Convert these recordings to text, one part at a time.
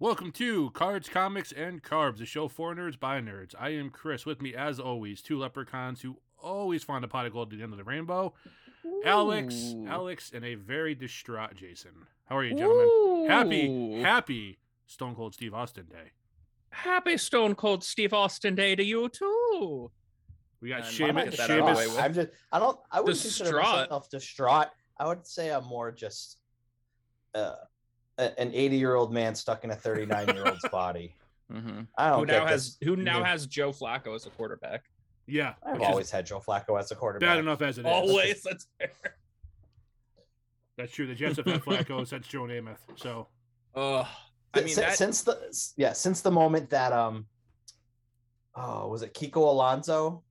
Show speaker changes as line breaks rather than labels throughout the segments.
Welcome to Cards, Comics, and Carbs, a show for nerds by nerds. I am Chris. With me, as always, two leprechauns who always find a pot of gold at the end of the rainbow. Alex,
Ooh.
Alex, and a very distraught Jason. How are you, gentlemen? Happy,
Ooh.
happy Stone Cold Steve Austin Day.
happy Stone Cold Steve Austin Day to you too.
We got
And
I
Damn
might
Sheamus.
it,
get that out of the way
Sheamus.
with. I'm just I don't I wouldn't consider
Distraught.
myself distraught. I would say I'm more just uh, a- an 80 year old man stuck in a 39 year old's body. I don't
Mm-hmm. Who
get
now has
this.
who now
Yeah.
has Joe Flacco as a quarterback?
Yeah,
I've
which is
always had Joe Flacco as a quarterback.
bad enough as it is.
Always. That's fair.
That's true. The Jets have had Flacco since Joe Namath. So
Ugh. I
Th-
mean
si-
that.
since the s- yeah since the moment that um oh was it Kiko Alonso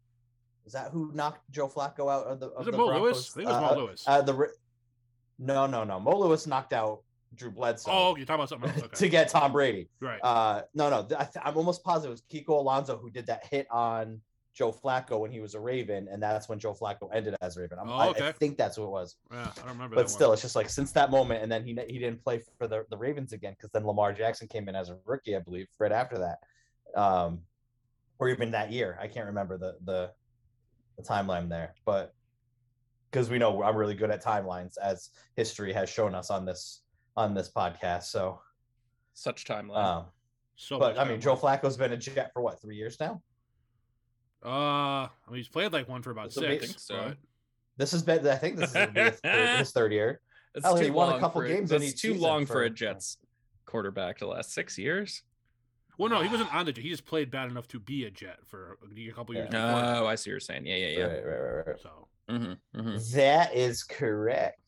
was that who knocked Joe Flacco out of the
was
of the
it Mo
Broncos?
Lewis? I think it was
uh,
Mo Lewis.
uh, the Ri- no no no Mo Lewis knocked out Drew Bledsoe
oh, you're talking about something else.
to
Okay.
get Tom Brady
right.
Uh, no, no, th- I th- I'm almost positive it was Kiko Alonso who did that hit on Joe Flacco when he was a Raven, and that's when Joe Flacco ended as Raven. I'm,
Oh,
I- I,
okay.
think that's who it was.
yeah, I don't remember that
But still,
one.
it's just like since that moment, and then he he didn't play for the, the Ravens again because then Lamar Jackson came in as a rookie, I believe, right after that, um, or even that year. I can't remember the the, the timeline there, but because we know I'm really good at timelines, as history has shown us on this on this podcast. So.
such timeline.
Um,
So
but I
much
mean, Joe
going
Flacco's been a Jet for what three years now.
on. Uh, I mean, he's played like one for about
It's amazing.
six.
I think so.
but-
This has been, I think, this is gonna be his third, his third year.
That's
hell, he won a
long
couple
for
games in
That's
each
too
season
long for,
for-
a Jets quarterback to last six years.
Well, no, he wasn't on the Jet. He just played bad enough to be a Jet for a couple years.
Oh,
before
I see what you're saying. Yeah, yeah, yeah.
Right, right, right, right.
that, So,
Mm-hmm, mm-hmm.
That is correct.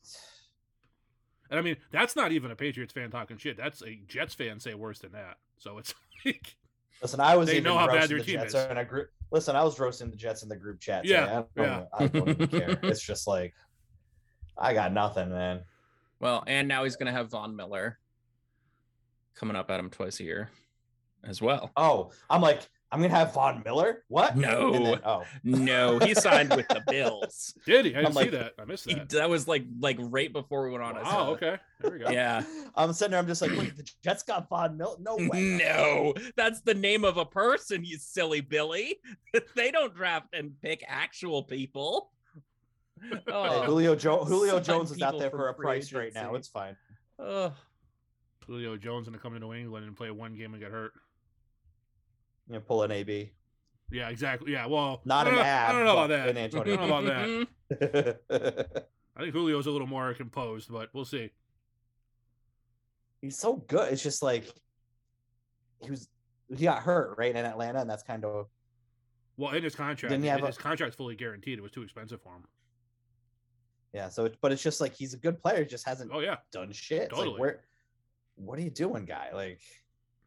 and I mean, that's not even a Patriots fan talking shit. That's a Jets fan say worse than that. So it's like,
Listen, I was
They
even
know how bad
roasting
your
the
team
Jets
is.
in a group. Listen, I was roasting the Jets in the group chat.
Yeah,
today.
yeah.
I don't, I don't even care. It's just like I got nothing, man.
Well, and now he's gonna have Von Miller coming up at him twice a year as well.
Oh, I'm like, I'm gonna have Von Miller. What?
No.
And then- oh,
No, he signed with the Bills.
did he? I didn't
I'm
see
like-
that. I missed
He-
that.
that was like like right before we went on. I saw
Oh,
it.
okay. There we go.
Yeah.
I'm sitting there. I'm just like, wait, the Jets got Von Miller. No way.
No, that's the name of a person, you silly Billy. they don't draft and pick actual people.
Hey,
Oh,
Julio, jo- Julio
Sign
Jones is out
people
there
from
for a
free
price right now.
agency.
It's fine.
oh.
Julio Jones going to come to New England and play one game and get hurt.
You know, pull an AB.
Yeah, exactly. Yeah, well,
Not
I
an
don't know-
ab.
I don't know about
but
that.
An
I don't know
Antonio.
about that.
Mhm.
I think Julio's a little more composed, but we'll see.
He's so good. It's just like he was. He got hurt right in Atlanta, and that's kind of
Well, in his contract,
Didn't he have
and
a-
his contract's fully guaranteed. It was too expensive for him.
yeah. So, it, but it's just like he's a good player. he Just hasn't
Oh yeah,
done shit. It's
totally.
Like, where? What are you doing, guy? Like,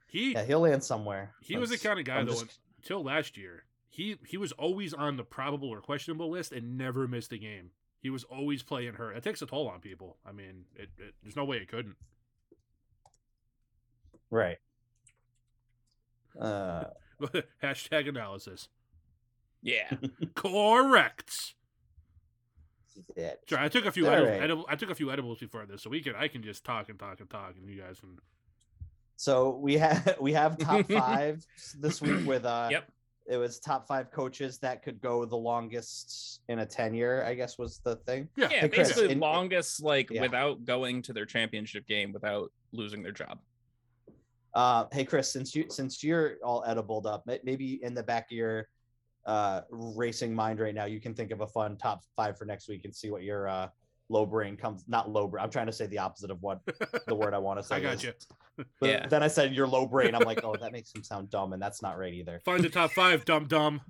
he
yeah, he'll land somewhere.
he was the
That's-
kind of guy
I'm
though
just-
until last year. He he was always on the probable or questionable list and never missed a game. He was always playing hurt. It takes a toll on people. I mean, it, it, there's no way it couldn't.
right. Uh,
Hashtag analysis.
Yeah.
Correct.
yeah.
Sorry, I took a few
All
edibles,
right.
edible, I took a few edibles before this, so we can I can just talk and talk and talk, and you guys can.
So we have we have top five this week with uh
Yep.
it was top five coaches that could go the longest in a tenure, I guess was the thing.
Yeah,
Yeah,
Hey, Chris,
basically
in-
longest like
Yeah.
without going to their championship game without losing their job.
Uh hey Chris, since you since you're all edibled up, may- maybe in the back of your uh racing mind right now, you can think of a fun top five for next week and see what your uh low brain comes not low brain. I'm trying to say the opposite of what the word I want to say.
I got
is.
you.
But
Yeah.
then I said your low brain. I'm like, oh, that makes him sound dumb, and that's not right either.
Find the top five, dumb dumb.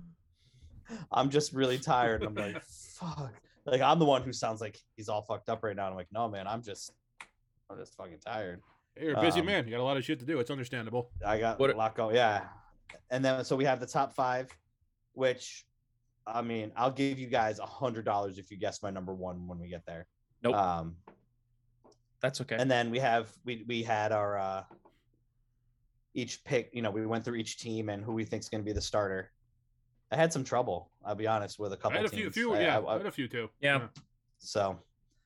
I'm just really tired. And I'm like, fuck. Like I'm the one who sounds like he's all fucked up right now. And I'm like, no, man, I'm just, I'm just fucking tired.
Hey, you're a busy
Um,
man. You got a lot of shit to do. It's understandable.
I got
What-
a lot going. Yeah. And then so we have the top five, which, I mean, I'll give you guys a hundred dollars if you guess my number one when we get there.
Nope.
Um,
That's okay.
and then we have we we had our uh each pick you know we went through each team and who we think's going to be the starter i had some trouble i'll be honest with a
I
couple
had a
teams.
few, few
I-
yeah,
I-
I, had a few too.
Yeah.
So,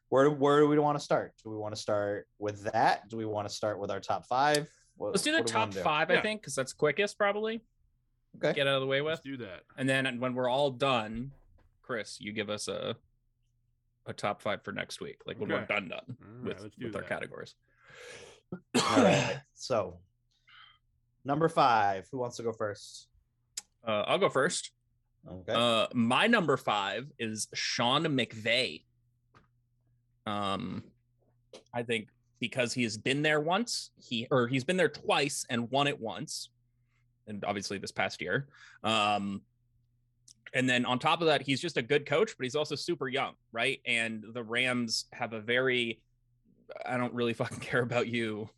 where where do we want to start? Do we want to start with that? Do we want to start with our top five? What-
Let's do the
what we
top
wanna do?
five, I
Yeah.
think, because that's quickest probably.
Okay.
Get out of the way
Let's
with.
do that.
And then when we're all done, Chris, you give us a a top five for next week. Like when we're
Okay.
done done
All right,
with,
let's do
with our
that.
categories.
All right. So, number five. Who wants to go first?
Uh, I'll go first.
Okay.
Uh, my number five is Sean McVay. Um, I think because he has been there once, he or he's been there twice and won it once, and obviously this past year. Um, and then on top of that, he's just a good coach, but he's also super young, right? And the Rams have a very I don't really fucking care about you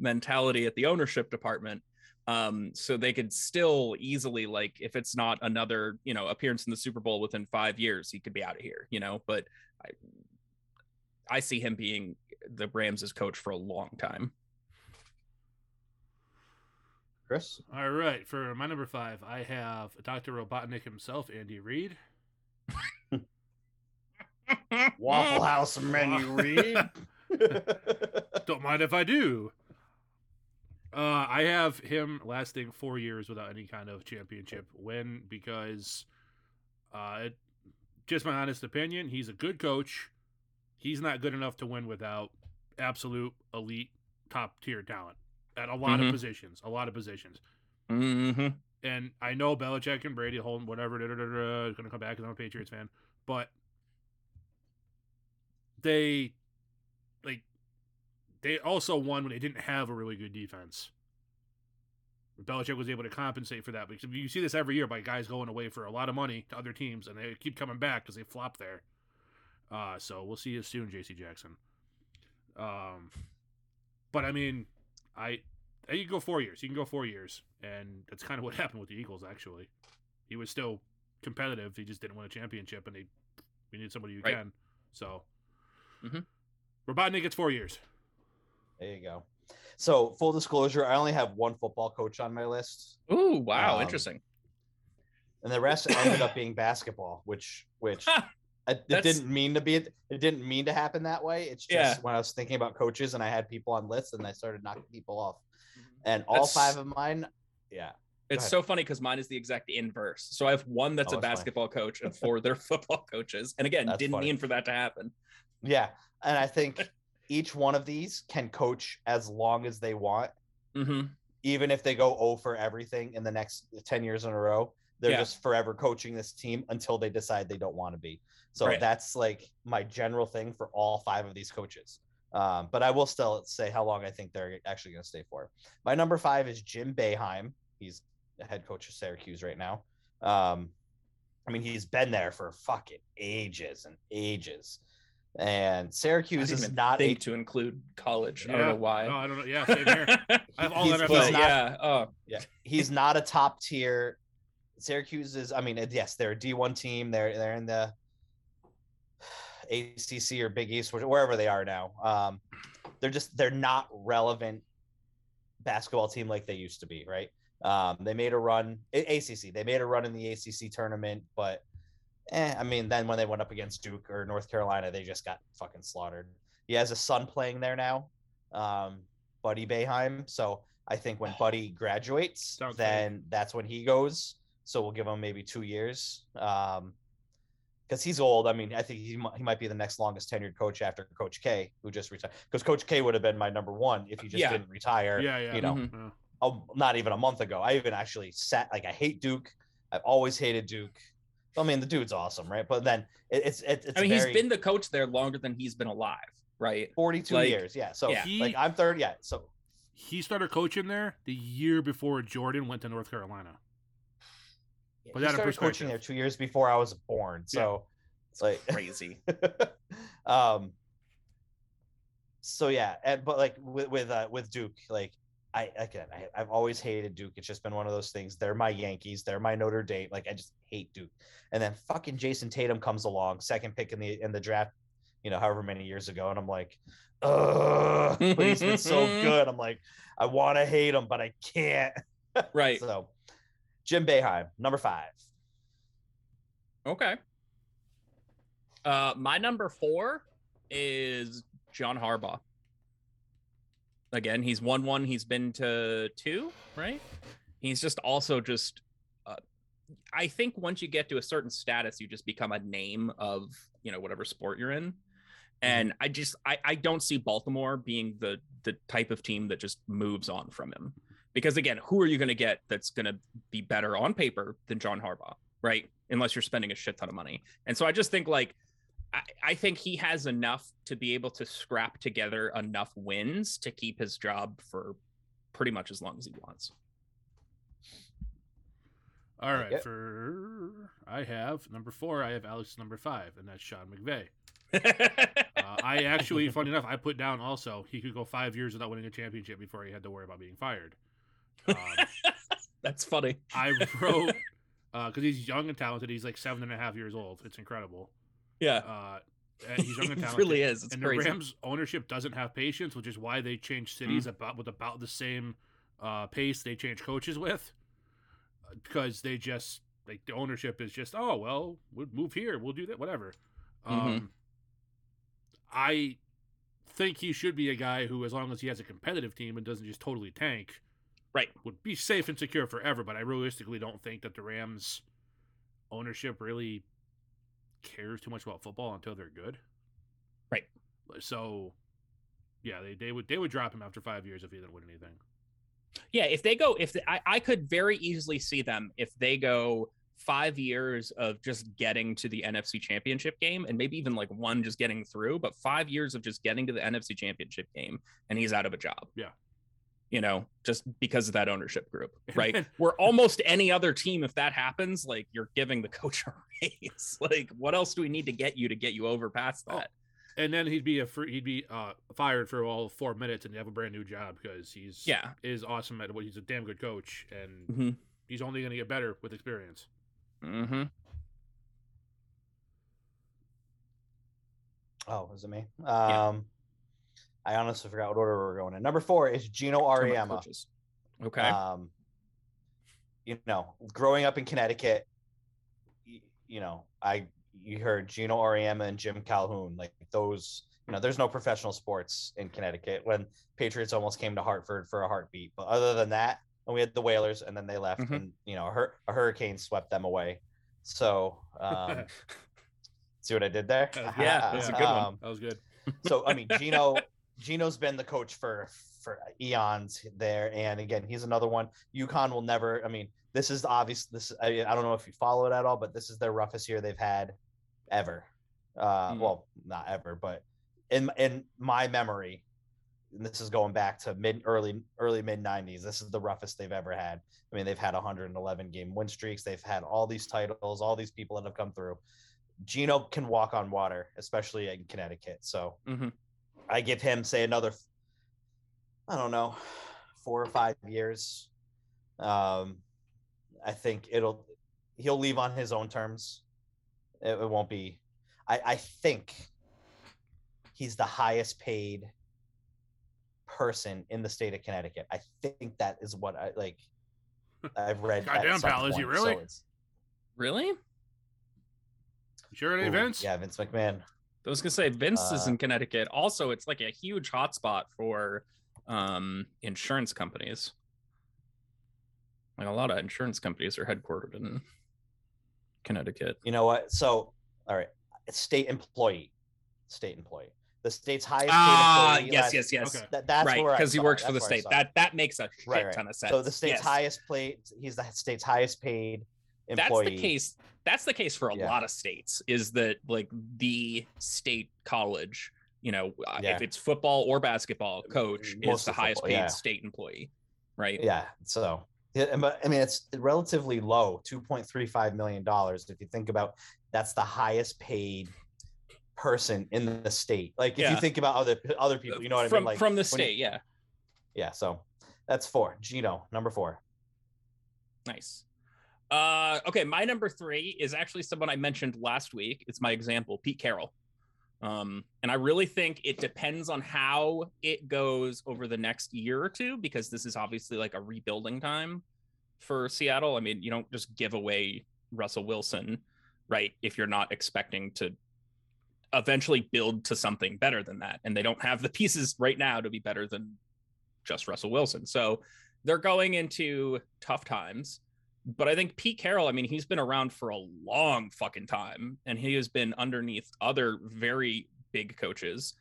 mentality at the ownership department um so they could still easily like if it's not another you know appearance in the super bowl within five years he could be out of here you know but i i see him being the rams' coach for a long time
Chris.
All right, for my number five, I have Dr. Robotnik himself, Andy Reid.
Waffle House
menu
read.
Don't mind if I do. Uh, I have him lasting four years without any kind of championship win because, uh, it, just my honest opinion, he's a good coach. He's not good enough to win without absolute elite top tier talent at a lot
Mhm.
of positions. A lot of positions.
hmm
And I know Belichick and Brady holding whatever da, da, da, da, is going to come back because I'm a Patriots fan, but they like they also won when they didn't have a really good defense. Belichick was able to compensate for that because you see this every year by guys going away for a lot of money to other teams and they keep coming back because they flop there. Uh, so we'll see you soon, J.C. Jackson. Um, but I mean, I uh, You can go four years. You can go four years, and that's kind of what happened with the Eagles. Actually, he was still competitive. He just didn't win a championship, and they we need somebody who
Right.
can. So,
Mhm.
Robotnik gets four years.
There you go. So, full disclosure, I only have one football coach on my list,
Ooh, wow
Um,
interesting
and the rest ended up being basketball, which which I, it
That's-
didn't mean to be it didn't mean to happen that way. It's just
Yeah.
when I was thinking about coaches and I had people on lists and I started knocking people off. And all
That's-
five of mine, yeah.
it's
ahead.
so funny because mine is the exact inverse so i have one that's a
Oh, that's fine.
basketball coach and four they're football coaches and again
That's
didn't
funny.
mean for that to happen
Yeah. And I think each one of these can coach as long as they want,
hmm
even if they go 0 for everything in the next 10 years in a row. They're
Yeah.
just forever coaching this team until they decide they don't want to be. So
Right.
that's like my general thing for all five of these coaches. Um, but I will still say how long I think they're actually going to stay for. My number five is Jim Beheim. He's the head coach of Syracuse right now. Um, I mean, he's been there for fucking ages and ages. And
I
Syracuse
didn't
is
even
not a
think to include college i
Yeah.
don't know why
No, Oh, I don't know. Yeah, same here. I have all
He's-
NFL.
he's
but
not-
yeah oh
he's not a top tier. Syracuse is, I mean, yes, they're a D1 team. They're they're in the ACC or Big East, which- wherever they are now. Um, they're just they're not relevant basketball team like they used to be, right? Um, they made a run A- ACC. They made a run in the ACC tournament, but eh, I mean, then when they went up against Duke or North Carolina, they just got fucking slaughtered. He has a son playing there now, um, Buddy Bayheim. So I think when Buddy graduates,
Sounds fake.
then that's when he goes. So we'll give him maybe two years. Um, because he's old. I mean, I think he might, he might be the next longest tenured coach after Coach K, who just retired. Because Coach K would have been my number one if he just
Yeah.
didn't retire.
Yeah, yeah. Mm-hmm.
You know,
Mhm.
Yeah.
oh, not even a month ago. I even actually sat like I hate Duke. I've always hated Duke. I mean, the dude's awesome, right? But then it, it's it, it's
I mean,
very,
he's been the coach there longer than he's been alive, right?
42
like-
years. Yeah. So
Yeah.
like
He-
I'm 30. Yeah. So
He started coaching there the year before Jordan went to North Carolina. Put
he
that in
started coaching
perspective.
there two years before I was born. So it's like
Crazy.
um so yeah and but like with with uh with duke like i again I, i've always hated duke it's just been one of those things they're my yankees they're my notre dame like i just hate duke and then fucking jason tatum comes along second pick in the in the draft you know however many years ago and i'm like Ugh, but he's been so good i'm like i want to hate him but i can't
right.
so jim Beheim, number five
Okay. Uh, my number four is John Harbaugh. again he's won one he's been to two right he's just also just uh, i think once you get to a certain status you just become a name of you know whatever sport you're in and i just I, I don't see baltimore being the the type of team that just moves on from him because again who are you going to get that's going to be better on paper than john harbaugh right unless you're spending a shit ton of money and so i just think like I, I think he has enough to be able to scrap together enough wins to keep his job for pretty much as long as he wants.
All right,
it.
for I have number four. I have Alex number five, and that's Sean McVay. Uh, I actually, funny enough, I put down also he could go five years without winning a championship before he had to worry about being fired. Um,
That's funny.
I wrote because he's young and talented. He's like seven and a half years old. It's incredible.
Yeah.
Uh, and he's young and
it
talented.
really is. It's
and
crazy.
the Rams ownership doesn't have patience, which is why they changed cities
Mm.
about with about the same uh, pace they change coaches with, uh, because they just like the ownership is just oh well we'll move here we'll do that whatever.
Mm-hmm.
Um, I think he should be a guy who, as long as he has a competitive team and doesn't just totally tank,
Right.
would be safe and secure forever. But I realistically don't think that the Rams ownership really cares too much about football until they're good.
Right.
So yeah, they, they would they would drop him after five years if he didn't win anything.
Yeah, if they go, if I, I could very easily see them if they go five years of just getting to the NFC Championship game, and maybe even like one just getting through, but five years of just getting to the NFC Championship game, and he's out of a job.
Yeah.
you know, just because of that ownership group, right?
then-
Where almost any other team, if that happens, like you're giving the coach a raise. like, what else do we need to get you to get you over past
Oh,
that?
And then he'd be a free, he'd be uh, fired for all four minutes and have a brand new job because he's
yeah.
is awesome at what he's a damn good coach and
Mm-hmm.
hmm
he's only going to get better with experience.
hmm
Oh, was it me? Um, I honestly forgot what order we we're going in. Number four is Gino Ariema.
Okay.
Um, you know, growing up in Connecticut, y- you know, I you heard Gino Auriemma and Jim Calhoun, like those. You know, there's no professional sports in Connecticut. When Patriots almost came to Hartford for a heartbeat, but other than that, and we had the Whalers, and then they left,
Mhm.
and you know, a, hur- a hurricane swept them away. So, um, see what I did there? Um,
Yeah,
that's a
good one.
That was good.
so I mean, Gino Gino's been the coach for for eons there, and again, he's another one. UConn will never. I mean, this is obvious. This I, I don't know if you follow it at all, but this is their roughest year they've had ever. Uh,
Hmm.
Well, not ever, but in in my memory, and this is going back to mid early early mid '90s. This is the roughest they've ever had. I mean, they've had 111 game win streaks. They've had all these titles, all these people that have come through. Gino can walk on water, especially in Connecticut. So
Mm-hmm.
Mhm.
I give him say another, I don't know, four or five years. Um, I think it'll he'll leave on his own terms. It, it won't be. I, I think he's the highest paid person in the state of Connecticut. I think that is what I like. I've read. at
Goddamn,
some
pal, is he
point,
really?
it's-
Really?
Sure, it ain't
Ooh,
Vince.
Oh, Yeah, Vince McMahon.
I was gonna say Vince is
Uh,
in Connecticut. Also, it's like a huge hotspot for um, insurance companies. Like a lot of insurance companies are headquartered in Connecticut.
You know what? So, all right, state employee, state employee, the state's highest. paid
Ah,
employee
yes,
last-
yes, yes.
Okay.
That, that's
right,
where I
because he
saw it.
works for the
That's where I
state.
saw it.
That that makes a shit
Right, right.
ton of sense.
so the state's
Yes.
highest paid. He's the state's highest paid
That's
employee.
the case. That's the case for a
Yeah.
lot of states. Is that like the state college? You know, uh,
Yeah. Uh,
if it's football or basketball, coach is
Mostly
the highest
football,
paid
yeah.
state employee, right?
Yeah. So, yeah, but I mean, it's relatively low, two point three five million dollars. If you think about, that's the highest paid person in the state. Like, if
Yeah.
you think about other other people, you know what
from
I mean? Like
from the
when you-
state, yeah.
yeah. So, that's four. Gino, number four.
Nice. Uh, okay, my number three is actually someone I mentioned last week. It's my example, Pete Carroll. Um, and I really think it depends on how it goes over the next year or two, because this is obviously like a rebuilding time for Seattle. I mean, you don't just give away Russell Wilson, right? If you're not expecting to eventually build to something better than that. And they don't have the pieces right now to be better than just Russell Wilson. So they're going into tough times. But I think Pete Carroll, I mean, he's been around for a long fucking time and he has been underneath other very big coaches.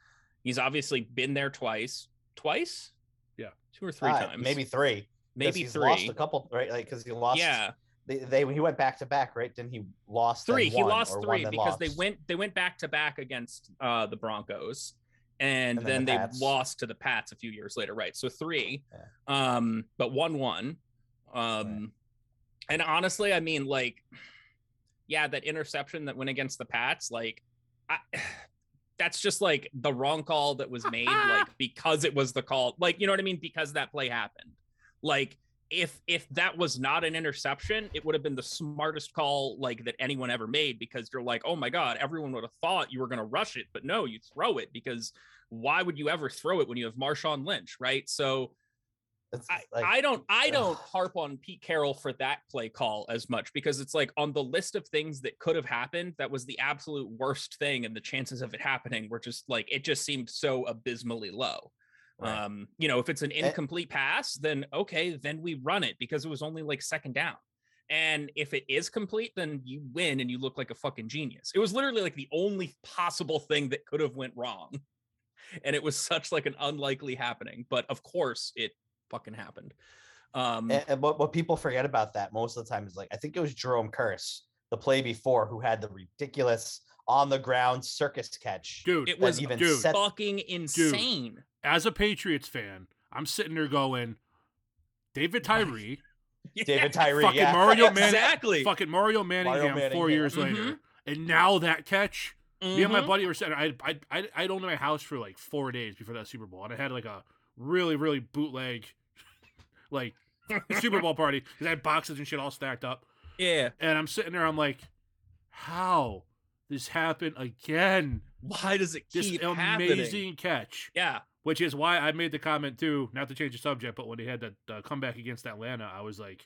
He's obviously been there twice, twice?
Yeah.
Two or three
Uh,
times.
maybe three. 'Cause
maybe
he's Lost
three.
a couple, right? Like because he lost.
yeah.
They, they he went back to back, right? Didn't he lost then
three. He
won,
lost
or won
three
then
because they
lost?
went they went back to back against uh, the Broncos, and,
And
then,
then the
they
Pats.
lost to the Pats a few years later. Right, so three,
Yeah.
um, but one one, um, and honestly, I mean, like, yeah, that interception that went against the Pats, like, I. That's just like the wrong call that was made, like because it was the call, like you know what I mean, because that play happened. Like if if that was not an interception, it would have been the smartest call like that anyone ever made because you're like, oh my god, everyone would have thought you were going to rush it, but no, you throw it because why would you ever throw it when you have Marshawn Lynch, right? So
It's
I,
like-
I don't I don't
ugh.
harp on Pete Carroll for that play call as much because it's like on the list of things that could have happened, that was the absolute worst thing, and the chances of it happening were just like it just seemed so abysmally low.
Right.
Um, you know, if it's an
Eh.
incomplete pass, then okay, then we run it because it was only like second down. And if it is complete, then you win and you look like a fucking genius. It was literally like the only possible thing that could have went wrong. And it was such like an unlikely happening, but of course it fucking happened. Um
Eh,
And, and what, what people forget about that most of the time is like, I think it was Jerome Curse, the play before, who had the ridiculous on the ground circus catch.
dude.
It
that
was
even
dude.
set-
fucking insane.
As a Patriots fan, I'm sitting there going, David Tyree,
Yeah,
David Tyree.
fucking
yeah.
Mario Man-
Exactly.
fucking Mario Manningham, four
Manningham.
years
Mm-hmm.
later, and now that catch. Me and my
Mhm.
Mm-hmm.
buddy were sitting. I I I I'd owned my house for like four days before that Super Bowl, and I had like a really really bootleg, like Super Bowl party because I had boxes and shit all stacked up.
Yeah.
And I'm sitting there, I'm like, how this happened again?
Why does it
This
keep
amazing
happening?
catch,
Yeah.
which is why I made the comment too. Not to change the subject, but when they had that uh, comeback against Atlanta, I was like,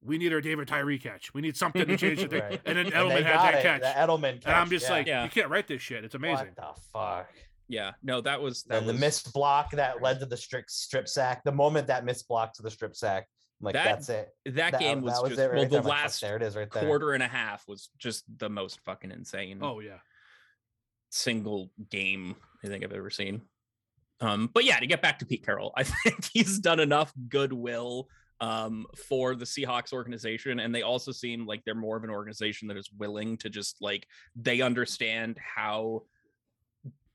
we need our David Tyree catch. We need something to change the thing.
Right.
And then
And they
Edelman had
got
that
it,
catch.
The Edelman catch.
and I'm just
yeah.
like,
Yeah.
you can't write this shit. It's amazing.
what the fuck?
Yeah. No, that was that
Then the
was
missed block that led to the strict strip sack. The moment that missed block to the strip sack, I'm like,
That-
that's it.
that, game was,
it
just
right
well the
there. I'm like, fuck,
last
there it is right there.
quarter and a half was just the most fucking insane
Oh yeah.
single game I think I've ever seen. Um, but yeah, to get back to Pete Carroll, I think he's done enough goodwill um, for the Seahawks organization, and they also seem like they're more of an organization that is willing to just like they understand how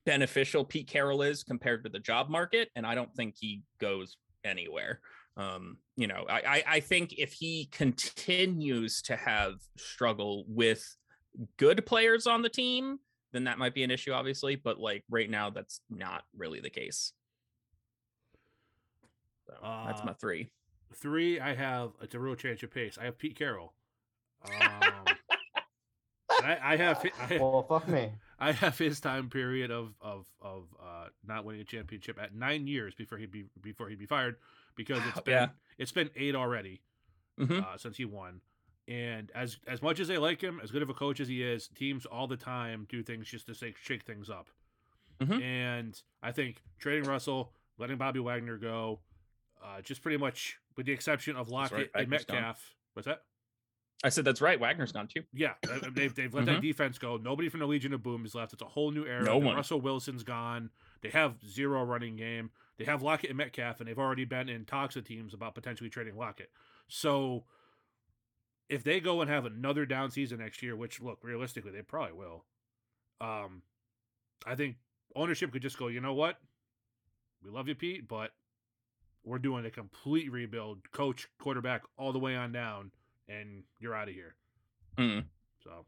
beneficial Pete Carroll is compared to the job market, and I don't think he goes anywhere. Um, you know, I, I I think if he continues to have struggle with good players on the team, then that might be an issue, obviously. But like right now, that's not really the case. So that's
Uh,
my three.
Three, I have it's a real change of pace. I have Pete Carroll. Um, I, I have hi- I,
Well, fuck me.
I have his time period of of of uh, not winning a championship at nine years before he'd be before he'd be fired because it's
Wow,
been
yeah.
it's been eight already
Mhm.
uh, since he won. And as as much as they like him, as good of a coach as he is, teams all the time do things just to shake, shake things up.
Mhm.
And I think trading Russell, letting Bobby Wagner go, uh, just pretty much with the exception of
That's
Lockett
right,
and
Wagner's gone.
Metcalf. What's that?
I said that's right. Wagner's gone too.
Yeah, uh, uh, they've, they've let that defense go. Nobody from the Legion of Boom is left. It's a whole new era.
Mm-hmm. No
The
one.
Russell Wilson's gone. They have zero running game. They have Lockett and Metcalf, and they've already been in talks with teams about potentially trading Lockett. So if they go and have another down season next year, which look realistically they probably will, um, I think ownership could just go. You know what? We love you, Pete, but we're doing a complete rebuild, coach, quarterback, all the way on down, and you're out of here.
Mm.
So,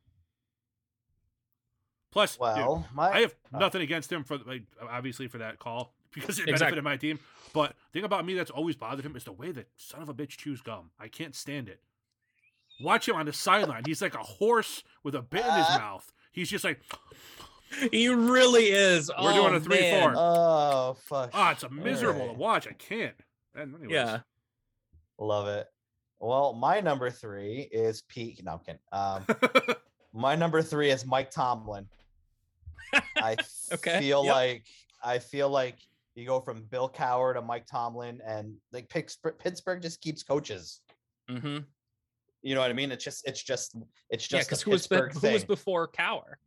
plus, dude,
Well, my
I have
oh.
nothing against him for like, obviously for that call because it
Exactly.
benefited my team. But the thing about me that's always bothered him is the way that son of a bitch chews gum. I can't stand it. Watch him on the sideline. He's like a horse with a bit in his
Ah.
mouth. He's just like,
He really is.
We're doing
Oh,
a three,
man.
four.
oh fuck.
ah, it's a miserable to
Alright.
watch. I can't. And anyways,
Yeah.
Love it. Well, my number three is Pete Numpkin. Um, my number three is Mike Tomlin. I
Okay,
feel
yep.
like I feel like You go from Bill Cowher to Mike Tomlin, and like Pittsburgh, Pittsburgh just keeps coaches.
Mm-hmm.
You know what I mean? It's just, it's just, it's
Yeah,
just.
because
a
who was be-
Pittsburgh
who was
thing.
before Cower?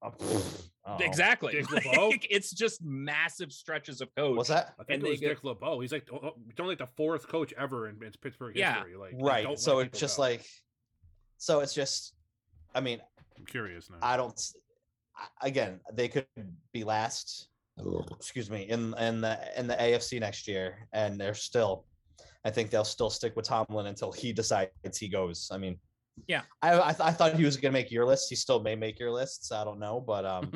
Oh, pfft, I don't know.
Exactly.
Dick LeBeau?
Like, it's just massive stretches of coach.
What's that?
I think it
And they
was
get-
Dick LeBeau. He's like oh, it's only like the fourth coach ever in, in Pittsburgh
Yeah,
history. Like they don't
Right.
let
So
people
it's just
go.
like, so it's just. I mean,
I'm curious now.
I don't. s- I- Again, they could be last. Excuse me in in the in the AFC next year, and they're still. I think they'll still stick with Tomlin until he decides he goes. I mean,
Yeah.
I I, th- I thought he was going to make your list. He still may make your lists. I don't know, but um,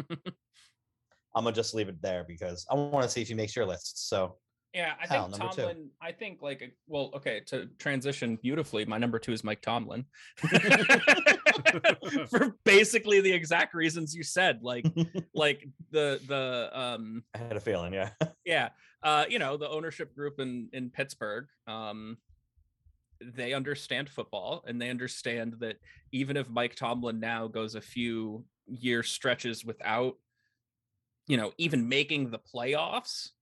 I'm gonna just leave it there because I want to see if he makes your list. So
yeah, I
Hell,
think
number two.
Tomlin. I think like a- well, okay, to transition beautifully, my number two is Mike Tomlin. For basically the exact reasons you said, like like the the um
I had a feeling, yeah.
Um,
yeah uh you know the ownership group in in pittsburgh um they understand football and they understand that even if mike tomlin now goes a few year stretches without you know even making the playoffs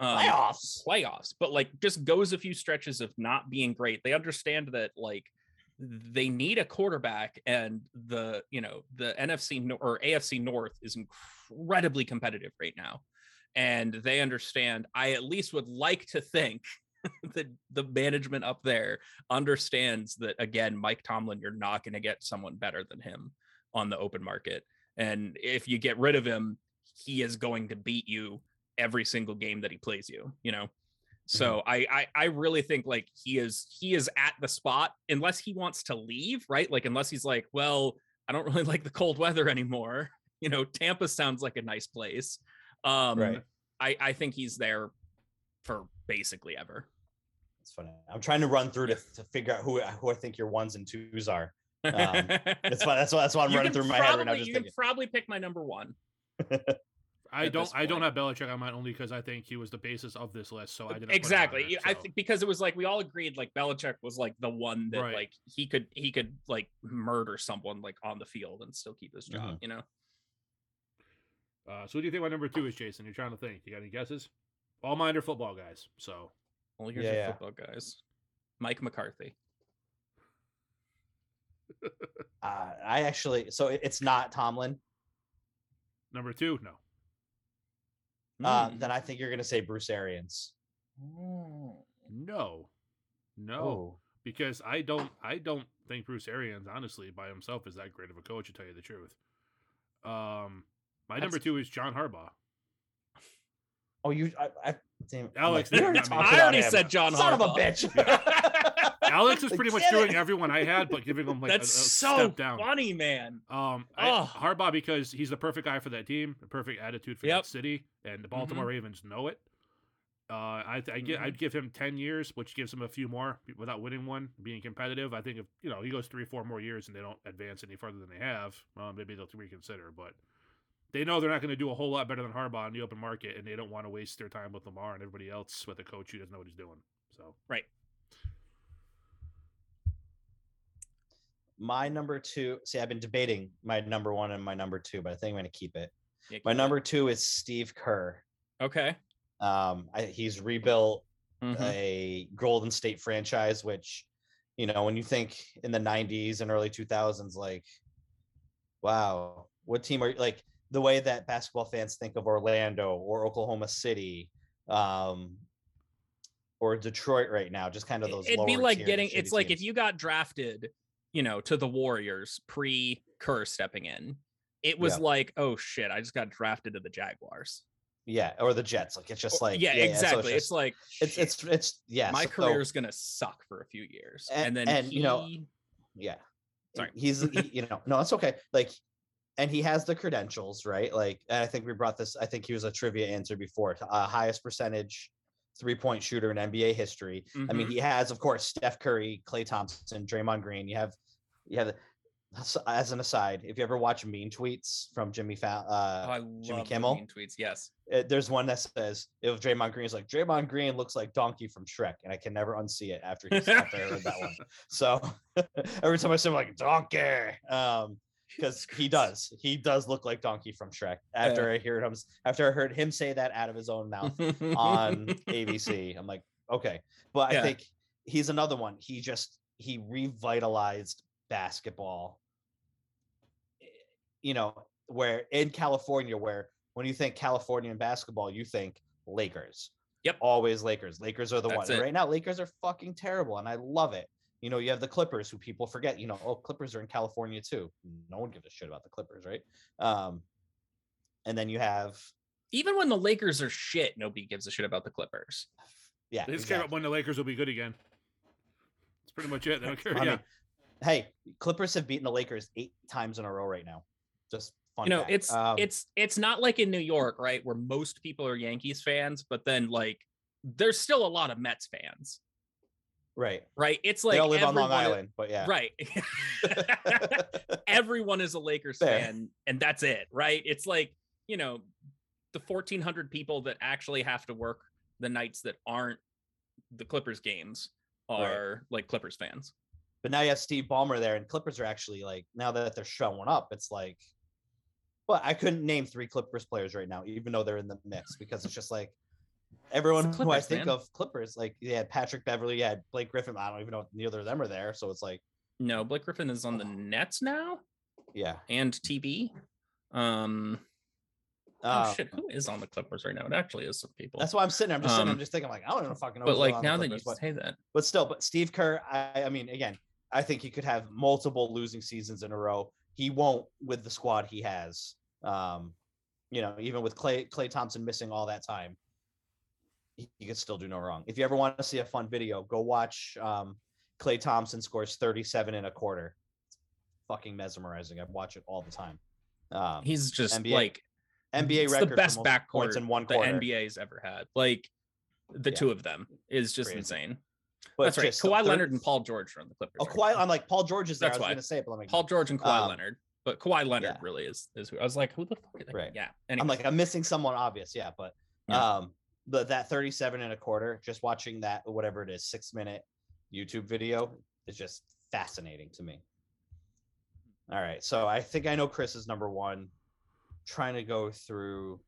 um,
Playoffs.
playoffs but like just goes a few stretches of not being great they understand that like they need a quarterback and the you know the nfc Nor- or afc north is incredibly competitive right now and they understand i at least would like to think that the management up there understands that again mike tomlin you're not going to get someone better than him on the open market and if you get rid of him he is going to beat you every single game that he plays you you know
Mm-hmm.
so I, I i really think like he is he is at the spot unless he wants to leave right like unless he's like well i don't really like the cold weather anymore you know tampa sounds like a nice place um
Right.
i i think he's there for basically ever
It's funny. I'm trying to run through to, to figure out who who I think your ones and twos are. Um, That's why that's why that's why I'm
You
running
can
through my head right now.
probably-
Just
you can
thinking.
probably pick my number one
I
at
don't.
this
I don't
point.
have Belichick on mine only because I think he was the basis of this list. So I didn't put him on
exactly.
it,
You- I
so.
think because it was like we all agreed like Belichick was like the one that
Right.
like he could he could like murder someone like on the field and still keep his job.
Mhm.
You know,
Uh, so, what do you think my number two is, Jason? You're trying to think. You got any guesses? All mine are football guys. So,
well here's
Yeah,
your
yeah.
football guys, Mike McCarthy.
Uh, I actually so it- it's not Tomlin.
number two, no.
Uh,
Hmm.
then I think you're gonna say Bruce Arians.
No. No.
Oh.
Because I don't I don't think Bruce Arians, honestly, by himself is that great of a coach, to tell you the truth. Um my number
That's-
two is John Harbaugh.
Oh, you. I, I, damn, I'm
Alex did
like, we already
not
talked
mention-
I
about
already
him.
said John
Son of a
Harbaugh.
bitch.
Alex is pretty much
Damn
doing
it.
everyone I had, but giving him like a,
That's
a
so
step down.
funny, man.
Um I-
Ugh.
Harbaugh because he's the perfect guy for that team, the perfect attitude for
Yep. Mm-hmm.
that city, and the Baltimore Ravens know it. Uh, I, I gi-
Mhm.
I'd give him ten years, which gives him a few more without winning one, being competitive. I think if you know he goes three, four more years and they don't advance any further than they have, well, maybe they'll reconsider. But they know they're not going to do a whole lot better than Harbaugh in the open market, and they don't want to waste their time with Lamar and everybody else with a coach who doesn't know what he's doing. So
my number two. See, I've been debating my number one and my number two, but I think I'm gonna keep it.
Yeah,
My
keep it.
number two is Steve Kerr.
Okay.
Um, I, he's rebuilt
Mhm.
a Golden State franchise, which, you know, when you think in the 90s and early 2000s, like, wow, what team are like the way that basketball fans think of Orlando or Oklahoma City um, or Detroit right now, just kind of those.
it'd be
lower
like
tier
getting
shitty
it's like if
teams.
you got drafted you know to the warriors pre kerr stepping in it was
Yeah.
like oh shit i just got drafted to the jaguars
yeah, or the Jets, like it's just
Or-
like
yeah,
so
exactly it's,
just-
like
it's it's it's yeah.
my
so-
career's gonna suck for a few years
And-
and, then
and,
he,
you know, yeah
Sorry.
he's he- you know no it's okay like and he has the credentials right like and i think we brought this i think he was a trivia answer before t- uh, highest percentage three point shooter in nba history i mean
Mhm.
he has of course steph curry clay thompson draymond green you have you have as- as an aside if you ever watch mean tweets from jimmy Fallon,
Oh,
uh
I love the
Kimmel?
mean tweets yes
uh, there's one that says if Draymond Green is like Draymond Green looks like Donkey from Shrek, and I can never unsee it after he's after I heard that one. So every time I see him, I'm like Donkey. Um, because he does. He does look like Donkey from Shrek. After I heard him, after I heard him say that out of his own mouth on ABC, I'm like, okay. But I
Yeah.
think he's another one. He just he revitalized basketball. eh, You know, where in California, where when you think Californian basketball, you think Lakers.
Yep.
Always Lakers. Lakers are the
That's
one. And
it.
Right now, Lakers are fucking terrible, and I love it. You know, you have the Clippers, who people forget. You know, oh, Clippers are in California too. No one gives a shit about the Clippers, right? Um, and then you have,
Even when the Lakers are shit, nobody gives a shit about the Clippers.
yeah,
They just care
exactly.
about when the Lakers will be good again. That's pretty much it. They don't care.
I
Yeah.
mean, hey, Clippers have beaten the Lakers eight times in a row right now. Just fun.
you know,
fact.
it's
Um,
it's it's not like in New York, right, where most people are Yankees fans, but then like there's still a lot of Mets fans,
right.
right? It's like
they all live on Long
everyone-
Island, but yeah,
right? everyone is a Lakers
Fair.
fan, and that's it, right? It's like you know the 1,400 people that actually have to work the nights that aren't the Clippers games
Right.
are like Clippers fans.
But now you have Steve Ballmer there, and Clippers are actually like now that they're showing up, it's like. But I couldn't name three Clippers players right now, even though they're in the mix, because it's just like everyone
It's
who I
Clippers,
think
man.
of Clippers, like you had Patrick Beverly, you had Blake Griffin. I don't even know if neither of them are there, so it's like,
No, Blake Griffin is on the Nets now
yeah.
and TV. Um,
Uh,
oh shit, who is on the Clippers right now? It actually is some people.
that's why I'm sitting. there, I'm just sitting. there,
Um,
I'm just thinking, like, I don't even fucking know.
but
who's
like
on the
now that you
Clippers, but-
say that,
but still, but Steve Kerr, I, I mean, again, I think he could have multiple losing seasons in a row. He won't with the squad he has. Um, you know, even with Clay Clay Thompson missing all that time, he, he could still do no wrong. If you ever want to see a fun video, go watch um, Clay Thompson scores 37 and a quarter. It's fucking mesmerizing. I watch it all the time. Um,
he's just
NBA
like
NBA
it's
record
the
for
best
most points
backcourt
in one
the
quarter.
NBA's ever had. Like the
Yeah.
two of them is just
Crazy.
insane.
but
That's right.
just still
Kawhi
30
Leonard and Paul George are on the Clippers.
Oh,
right
Kawhi,
now.
I'm like Paul George is there.
That's
I was
why.
gonna say it, but I'm like,
Paul George and Kawhi
um,
Leonard, but Kawhi Leonard
yeah.
really is is. who- I was like, who the fuck? Is that?
Right.
Yeah.
I'm
Anyway,
like, I'm missing someone obvious, yeah. But
Yeah.
um, but that 37 and a quarter, just watching that whatever it is, six minute YouTube video is just fascinating to me. All right, so I think I know Chris is number one. Trying to go through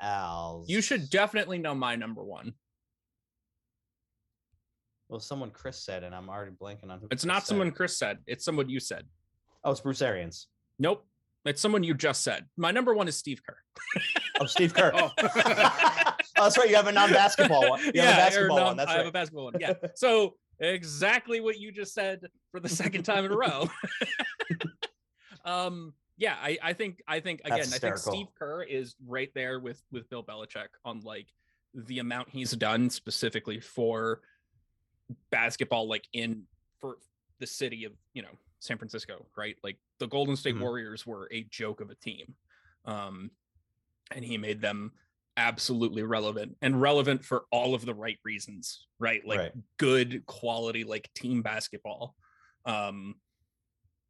Al's.
you should definitely know my number one.
Well, someone Chris said, and I'm already blanking on who.
It's
Chris
not
said.
someone Chris said. It's someone you said.
Oh, it's Bruce Arians.
Nope. It's someone you just said. My number one is Steve Kerr.
Oh, Steve Kerr. oh.
Oh.
that's right. You have a non-basketball one. You have a
or
basketball
non-
one. That's
I have
right.
a basketball one. Yeah. So exactly what you just said for the second time in a row. um. Yeah. I. I think. I think again. I think
hysterical.
Steve Kerr is right there with with Bill Belichick on like the amount he's done specifically for basketball, like in for the city of you know San Francisco, right? Like the Golden State
Mhm.
Warriors were a joke of a team, um, and he made them absolutely relevant and relevant for all of the right reasons, right? Like
right.
good quality like team basketball um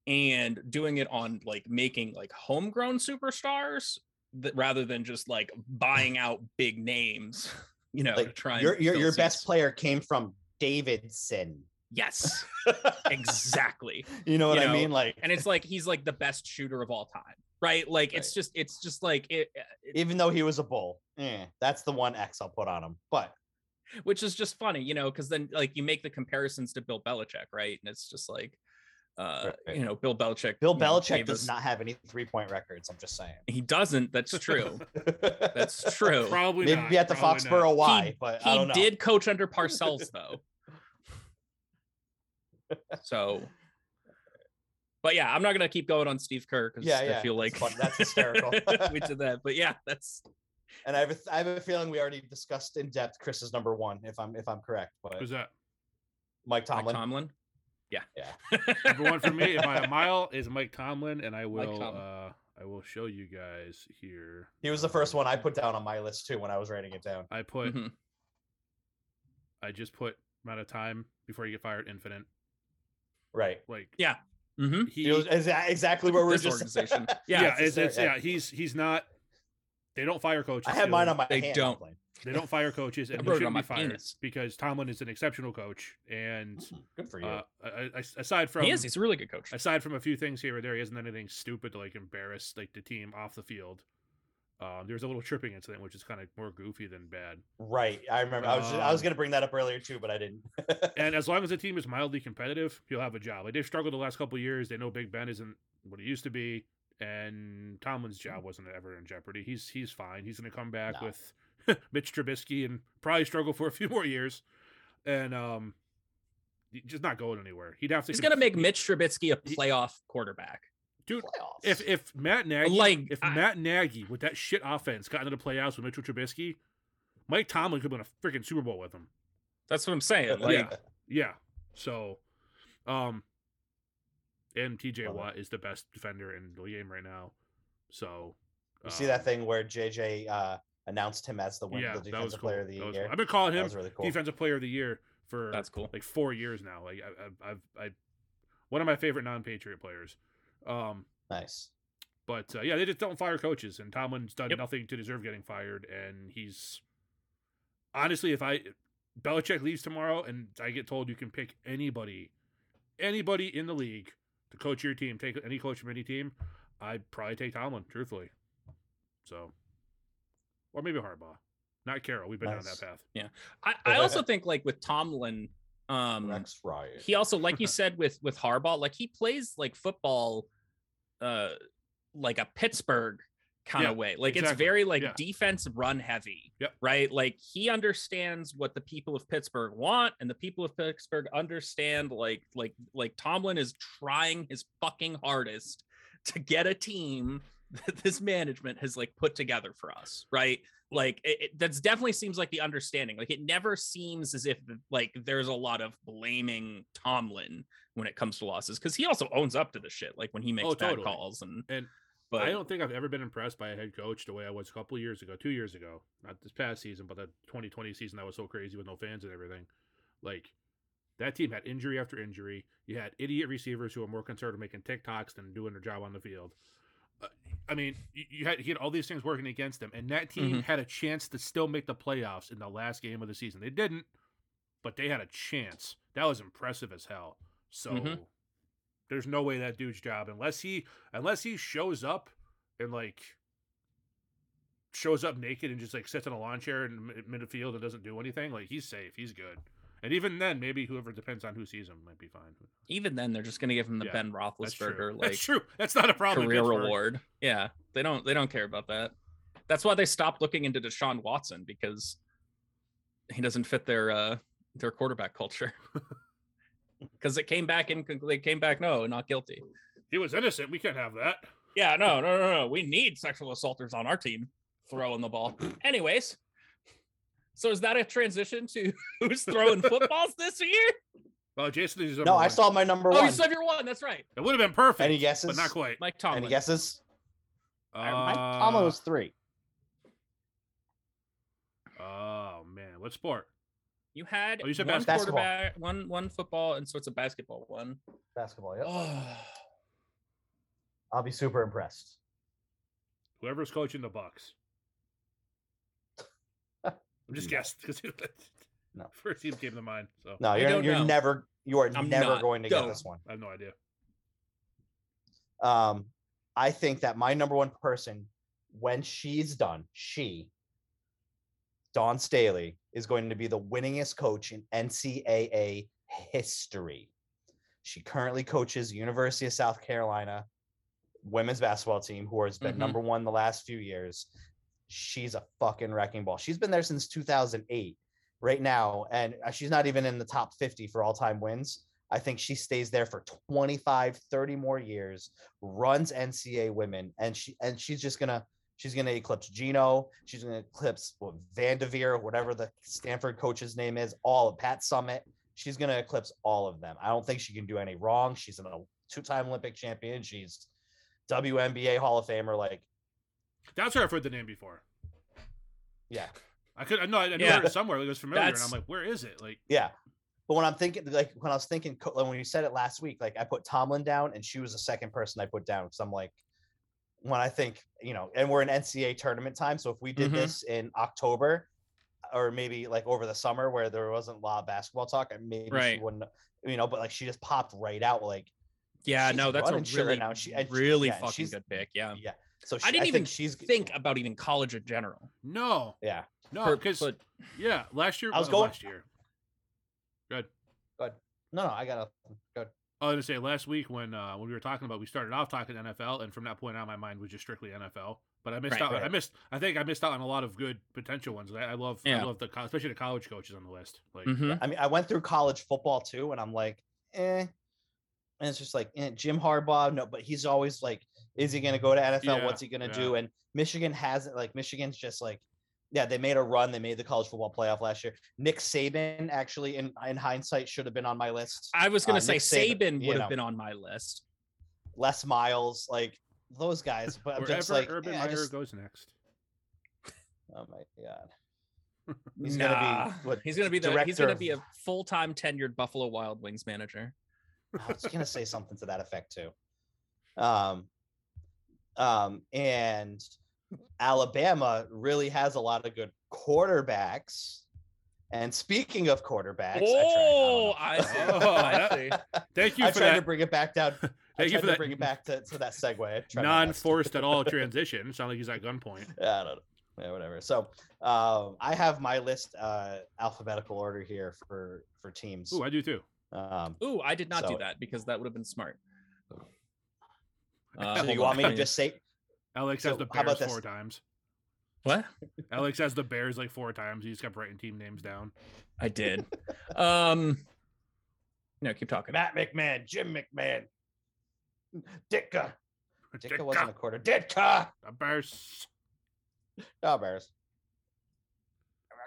and doing it on like making like homegrown superstars that rather than just like buying out big names you know to
Like,
try and
your your,
fill
your best
seats.
player came from Davidson.
yes exactly
you know what
You
I
know,
mean? Like,
and it's like he's like the best shooter of all time right like it's
Right.
just it's just like it,
even though he was a bull, eh, that's the one X I'll put on him. But
which is just funny, you know, because then like you make the comparisons to Bill Belichick, right? And it's just like, uh,
Right.
you know, Bill Belichick.
Bill
you know,
Belichick
gave
does
us-
not have any three point records. I'm just saying.
He doesn't. That's true. That's true.
Probably
Maybe
not.
at the
probably not.
Foxborough Y,
He-
but I
he
don't know.
did coach under Parcells though. so, but yeah, I'm not gonna keep going on Steve Kerr because
Yeah,
I
yeah,
feel like
that's fun- that's hysterical.
we did that, but yeah, that's
and I have, a th- I have a feeling we already discussed in depth Chris's number one, if I'm if I'm correct. But
Who's that?
Mike
Mike
Tomlin,
Tomlin. Yeah.
Yeah.
Number one for me, if I mile is Mike Tomlin, and I will.
Tomlin.
Uh, I will show you guys here.
he was the first one I put down on my list too when I was writing it down.
I put.
Mhm.
I just put amount of time before you get fired. Infinite.
Right.
Like
Mhm.
he.
He was, is that exactly where we're
This
just
organization.
yeah,
Yeah.
it's,
hysterical.
it's yeah. He's he's not They don't fire coaches.
I had mine
Phil.
on my
They
hand,
don't.
Blaine.
They don't fire coaches, and
I
they
wrote it
shouldn't
on my
be fired
penis.
because Tomlin is an exceptional coach. And
Good for you.
uh, a- a- aside from
he is. He's a really good coach.
aside from a few things here or there, he hasn't done anything stupid to like embarrass like the team off the field. Um, there was a little tripping incident, which is kind of more goofy than bad.
right. I remember. I was just, I was
um,
gonna bring that up earlier too, but I didn't.
And as long as the team is mildly competitive, he'll have a job. Like they've struggled the last couple of years. They know Big Ben isn't what he used to be, and Tomlin's job
Mm.
wasn't ever in jeopardy. He's he's fine. He's going to come back
No.
with Mitch Trubisky and probably struggle for a few more years, and um, y- just not going anywhere. He'd have to.
He's
con-
gonna make Mitch Trubisky a
He-
playoff quarterback.
dude.
Playoffs.
If if Matt Nagy,
Like,
if
I-
Matt Nagy with that shit offense got into the playoffs with Mitchell Trubisky, Mike Tomlin could have won a freaking Super Bowl with him.
That's what I'm saying. Like,
Yeah. Yeah. So, um, and TJ
Love it.
Watt is the best defender in the game right now. So,
you see that
um,
thing where JJ uh, announced him as the win,
Yeah,
the
that was
defensive
cool.
player of the
That was
year.
cool. I've been calling
That
him
was really cool.
defensive player of the year for
that's cool.
like four years now. Like I, I, I've, I, one of my favorite non-patriot players. Um,
Nice.
but uh, yeah, they just don't fire coaches, and Tomlin's done
Yep.
nothing to deserve getting fired, and he's honestly, if I Belichick leaves tomorrow, and I get told you can pick anybody, anybody in the league to coach your team, take any coach from any team, I'd probably take Tomlin, truthfully. So, or maybe Harbaugh, not Carroll. We've been down
Nice.
that path.
I, I also think like with Tomlin, um,
Rex Ryan.
he also like you said with with Harbaugh, like he plays like football, uh, like a Pittsburgh kind of
Yeah,
way. Like it's
exactly.
very like
Yeah.
defense run heavy.
Yep.
Right. Like he understands what the people of Pittsburgh want, and the people of Pittsburgh understand like like like Tomlin is trying his fucking hardest to get a team that this management has like put together for us, right? Like it, it- that's definitely seems like the understanding. Like it never seems as if like there's a lot of blaming Tomlin when it comes to losses because he also owns up to the shit. Like when he makes
Oh,
bad
totally.
calls and
And
but
I don't think I've ever been impressed by a head coach the way I was a couple years ago, two years ago, not this past season, but the 2020 season that was so crazy with no fans and everything. Like that team had injury after injury. You had idiot receivers who were more concerned with making TikToks than doing their job on the field. Uh, I mean, you, you had he had all these things working against them, and that team
Mhm.
had a chance to still make the playoffs in the last game of the season. They didn't, but they had a chance. That was impressive as hell. So
Mhm.
there's no way that dude's job unless he unless he shows up and like shows up naked and just like sits in a lawn chair in mid- midfield and doesn't do anything. Like he's safe. He's good. And even then, maybe whoever depends on who sees him might be fine.
even then they're just gonna give him the
Yeah,
Ben
That's true.
Roethlisberger
That's
like
true. That's not a problem. in
career
Pittsburgh.
reward. Yeah, they don't they don't care about that. That's why they stopped looking into Deshaun Watson because he doesn't fit their uh their quarterback culture. Because it came back and they came back no, not guilty.
He was innocent. We can't have that.
Yeah, no, no, no, no. We need sexual assaulters on our team throwing the ball. Anyways, so is that a transition to who's throwing footballs this year?
Well, Jason is number
No, I
one.
saw my number
Oh,
one.
you still have your one. That's right,
It would have been perfect.
Any guesses?
But not quite.
Mike Tomlin.
Any guesses? Mike
Uh,
Tomlin was three.
Oh man, what sport?
You had
Oh, you said
one
basketball.
quarterback, one one football, and so it's a basketball one.
Basketball. Yep.
Oh,
I'll be super impressed.
Whoever's coaching the Bucks. I'm just
No.
guessed because
No.
first team came to mind. So
No,
I
you're
don't
you're
know.
never you are
I'm
never
not.
going to
Go.
get this one.
I have no idea.
Um, I think that my number one person, when she's done, she, Dawn Staley, is going to be the winningest coach in NCAA history. She currently coaches University of South Carolina women's basketball team, who has been
Mhm.
number one the last few years. She's a fucking wrecking ball. She's been there since 2008 right now, and uh, she's not even in the top 50 for all time wins. I think she stays there for 25, 30 more years, runs NCA women, and she and she's just gonna she's gonna eclipse Gino, she's gonna eclipse what, Vandeveer, whatever the Stanford coach's name is, all of Pat Summit. She's gonna eclipse all of them. I don't think she can do any wrong. She's a two-time Olympic champion. She's WNBA Hall of Famer. Like,
That's where I've heard the name before.
yeah,
I could no, I, I knew I
Yeah.
heard it somewhere. Like, it was familiar,
That's-
and I'm like, where is it? Like,
yeah. But when I'm thinking, like when I was thinking, co- like, when you said it last week, like I put Tomlin down, and she was the second person I put down because I'm like, when I think you know, and we're in NCAA tournament time, so if we did
Mhm.
this in October or maybe like over the summer where there wasn't a lot of basketball talk, and maybe she
Right.
wouldn't, you know, but like she just popped right out like
Yeah,
She's
no, that's a
running shit right
really,
now. She- and-
really
yeah, and
fucking
she's-
good pick. Yeah,
yeah. So she,
I didn't
think
even
she's
think about even college in general.
No,
yeah.
no,
For-
because
but
yeah, last year
I was
uh,
going-
last year.
No, no, I got to
I was gonna say last week when uh, when we were talking about we started off talking NFL and from that point on my mind was just strictly NFL. But I missed
Right,
out. I
right.
missed. I think I missed out on a lot of good potential ones. I, I love. I
Yeah.
love the co- especially the college coaches on the list. Like
mhm.
I mean, I went through college football too, and I'm like, eh. And it's just like eh, Jim Harbaugh, no, but he's always like, is he going to go to NFL?
Yeah,
What's he going to
yeah.
do? And Michigan hasn't. Like Michigan's just like, yeah, they made a run. They made the college football playoff last year. Nick Saban actually, in in hindsight, should have been on my list.
I was gonna
uh,
say
Nick Saban,
Saban
you
would
know.
have been on my list.
Les Miles, like those guys. But I'm
wherever
just like,
Urban
eh, I
Meyer
just-
goes next.
oh my god, He's gonna be, what,
he's gonna be the he's gonna
director
be a full time tenured Buffalo Wild Wings manager.
I was gonna say something to that effect too. Um, um, and Alabama really has a lot of good quarterbacks. And speaking of quarterbacks,
Oh,
I
I,
tried,
see.
I don't know.
Oh,
I see.
Thank you
I
for
tried to
that.
bring it back down. I
Thank you
tried
for
to
that
bring it back to, to that segue. I tried my best.
non-forced at all transition. Sound like he's at gunpoint.
Yeah, I don't know. Yeah, whatever. So, um, I have my list uh, alphabetical order here for for teams.
Ooh, I do too.
Um,
Ooh, I did not
So-
do that because that would have been smart. Uh,
so
hold
you want
on.
me to just say
Alex
So,
has the
how
Bears
about this?
four times.
what?
Alex has the Bears like four times. He just kept writing team names down.
I did. um, no, keep talking.
Matt McMahon, Jim McMahon, Ditka. Ditka
Ditka,
wasn't a quarter. Ditka.
the Bears.
No bears.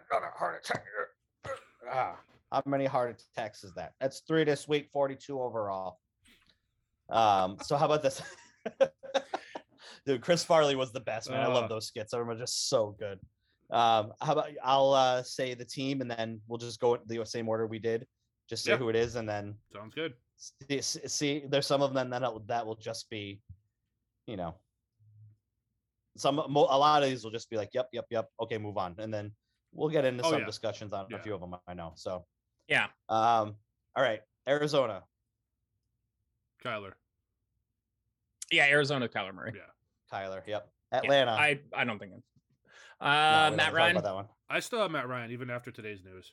Another heart attack. Ah, how many heart attacks is that? That's three this week, 42 overall. Um, so how about this? Dude, Chris Farley was the best, man. I
Ah.
love those skits. They were just so good. Um, how about I'll uh, say the team and then we'll just go in the same order we did. Just say
Yeah.
who it is and then
Sounds good.
see, see- see there's some of them that that will just be you know some mo- a lot of these will just be like yep yep yep okay move on and then we'll get into
Oh,
some
yeah.
discussions on
Yeah.
a few of them i know so
Yeah.
um all right arizona
Kyler.
Yeah, Arizona, Kyler Murray.
Yeah.
kyler yep
Yeah,
atlanta
I I don't think. I'm-
No,
Uh, Matt
we don't talk
Ryan.
about that one
I still have Matt Ryan even after today's news.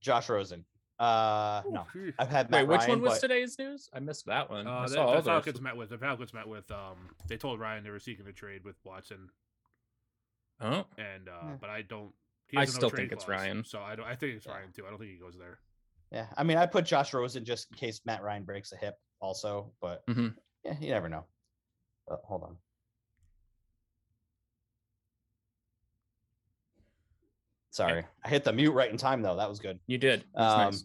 josh rosen uh
Ooh,
no
phew.
i've had
Wait,
Matt
which
Ryan,
one was
but-
today's news? I missed that one.
Uh,
I
the,
saw all
the
those.
Falcons met with the Falcons met with. Um, they told Ryan they were seeking a trade with Watson,
Oh,
and uh,
Yeah.
but I don't. he
I
has
still
trade
think it's
clause,
Ryan.
So I don't. I think it's
Yeah.
Ryan too. I don't think he goes there.
yeah i mean i put josh rosen just in case matt ryan breaks a hip also but
Mhm.
yeah you never know Uh, hold on Sorry, I hit the mute right in time though. That was good.
you did. That's
Um,
nice.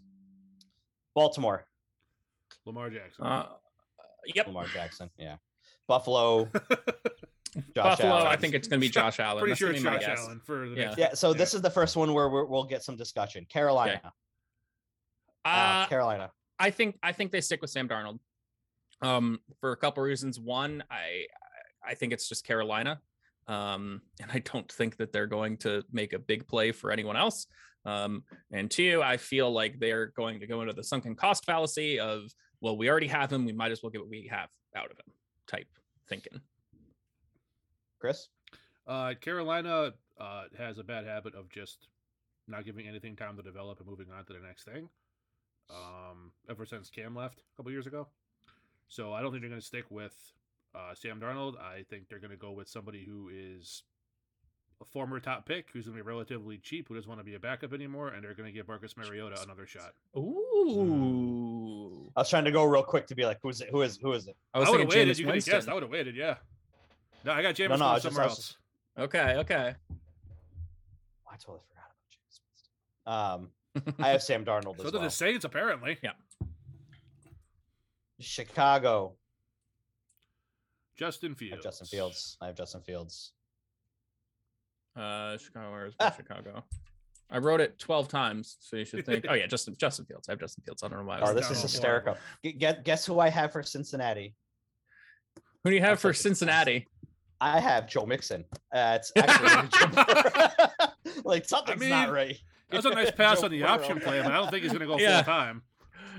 Baltimore,
Lamar Jackson.
Uh, yep.
Lamar Jackson. Yeah. Buffalo, Josh
Buffalo. I
Allen.
think it's going to be Josh Allen.
Pretty
That's
sure
gonna
it's
be my
Josh
guess.
Allen for the
Yeah.
next.
Yeah. So this is the first one where we're, we'll get some discussion. Carolina,
Uh,
uh, Carolina.
I think I think they stick with Sam Darnold. Um, for a couple reasons. One, I I think it's just Carolina. Um, and I don't think that they're going to make a big play for anyone else. Um, and two, I feel like they're going to go into the sunken cost fallacy of, well, we already have him, we might as well get what we have out of him type thinking.
Chris.
Uh, Carolina uh, has a bad habit of just not giving anything time to develop and moving on to the next thing. Um, ever since Cam left a couple years ago, so I don't think they're going to stick with uh, Sam Darnold. I think they're going to go with somebody who is a former top pick, who's going to be relatively cheap, who doesn't want to be a backup anymore, and they're going to give Marcus Mariota another shot.
Ooh.
I was trying to go real quick to be like, who's it? Who is? Who is it?
I, would have
thinking
waited.
Jameis
You could have guessed.
Winston.
I would have waited. Yeah. No, I got James
no, I was just-
somewhere
I
else.
was just-
Okay, okay.
Oh, I totally forgot about James Winston. Um, I have Sam Darnold
so
as
do
well.
the Saints, apparently.
Chicago.
Justin
I
Fields.
have Justin Fields. I have Justin Fields.
Uh, Chicago, where is my Chicago? I wrote it 12 times, so you should think, oh, yeah, Justin Justin Fields. I have Justin Fields. I don't know why. I was
Oh, this
thinking
is
Donald
Donald.
hysterical. Gu- Guess, guess who I have for Cincinnati?
Who do you have
I'll
for
take it.
Cincinnati?
I have Joe Mixon. Uh, it's actually like something's not
mean,
right. Uh,
That was a nice pass
Joe
on the
Burrow.
option play, but I don't think he's going to go
Yeah.
full time.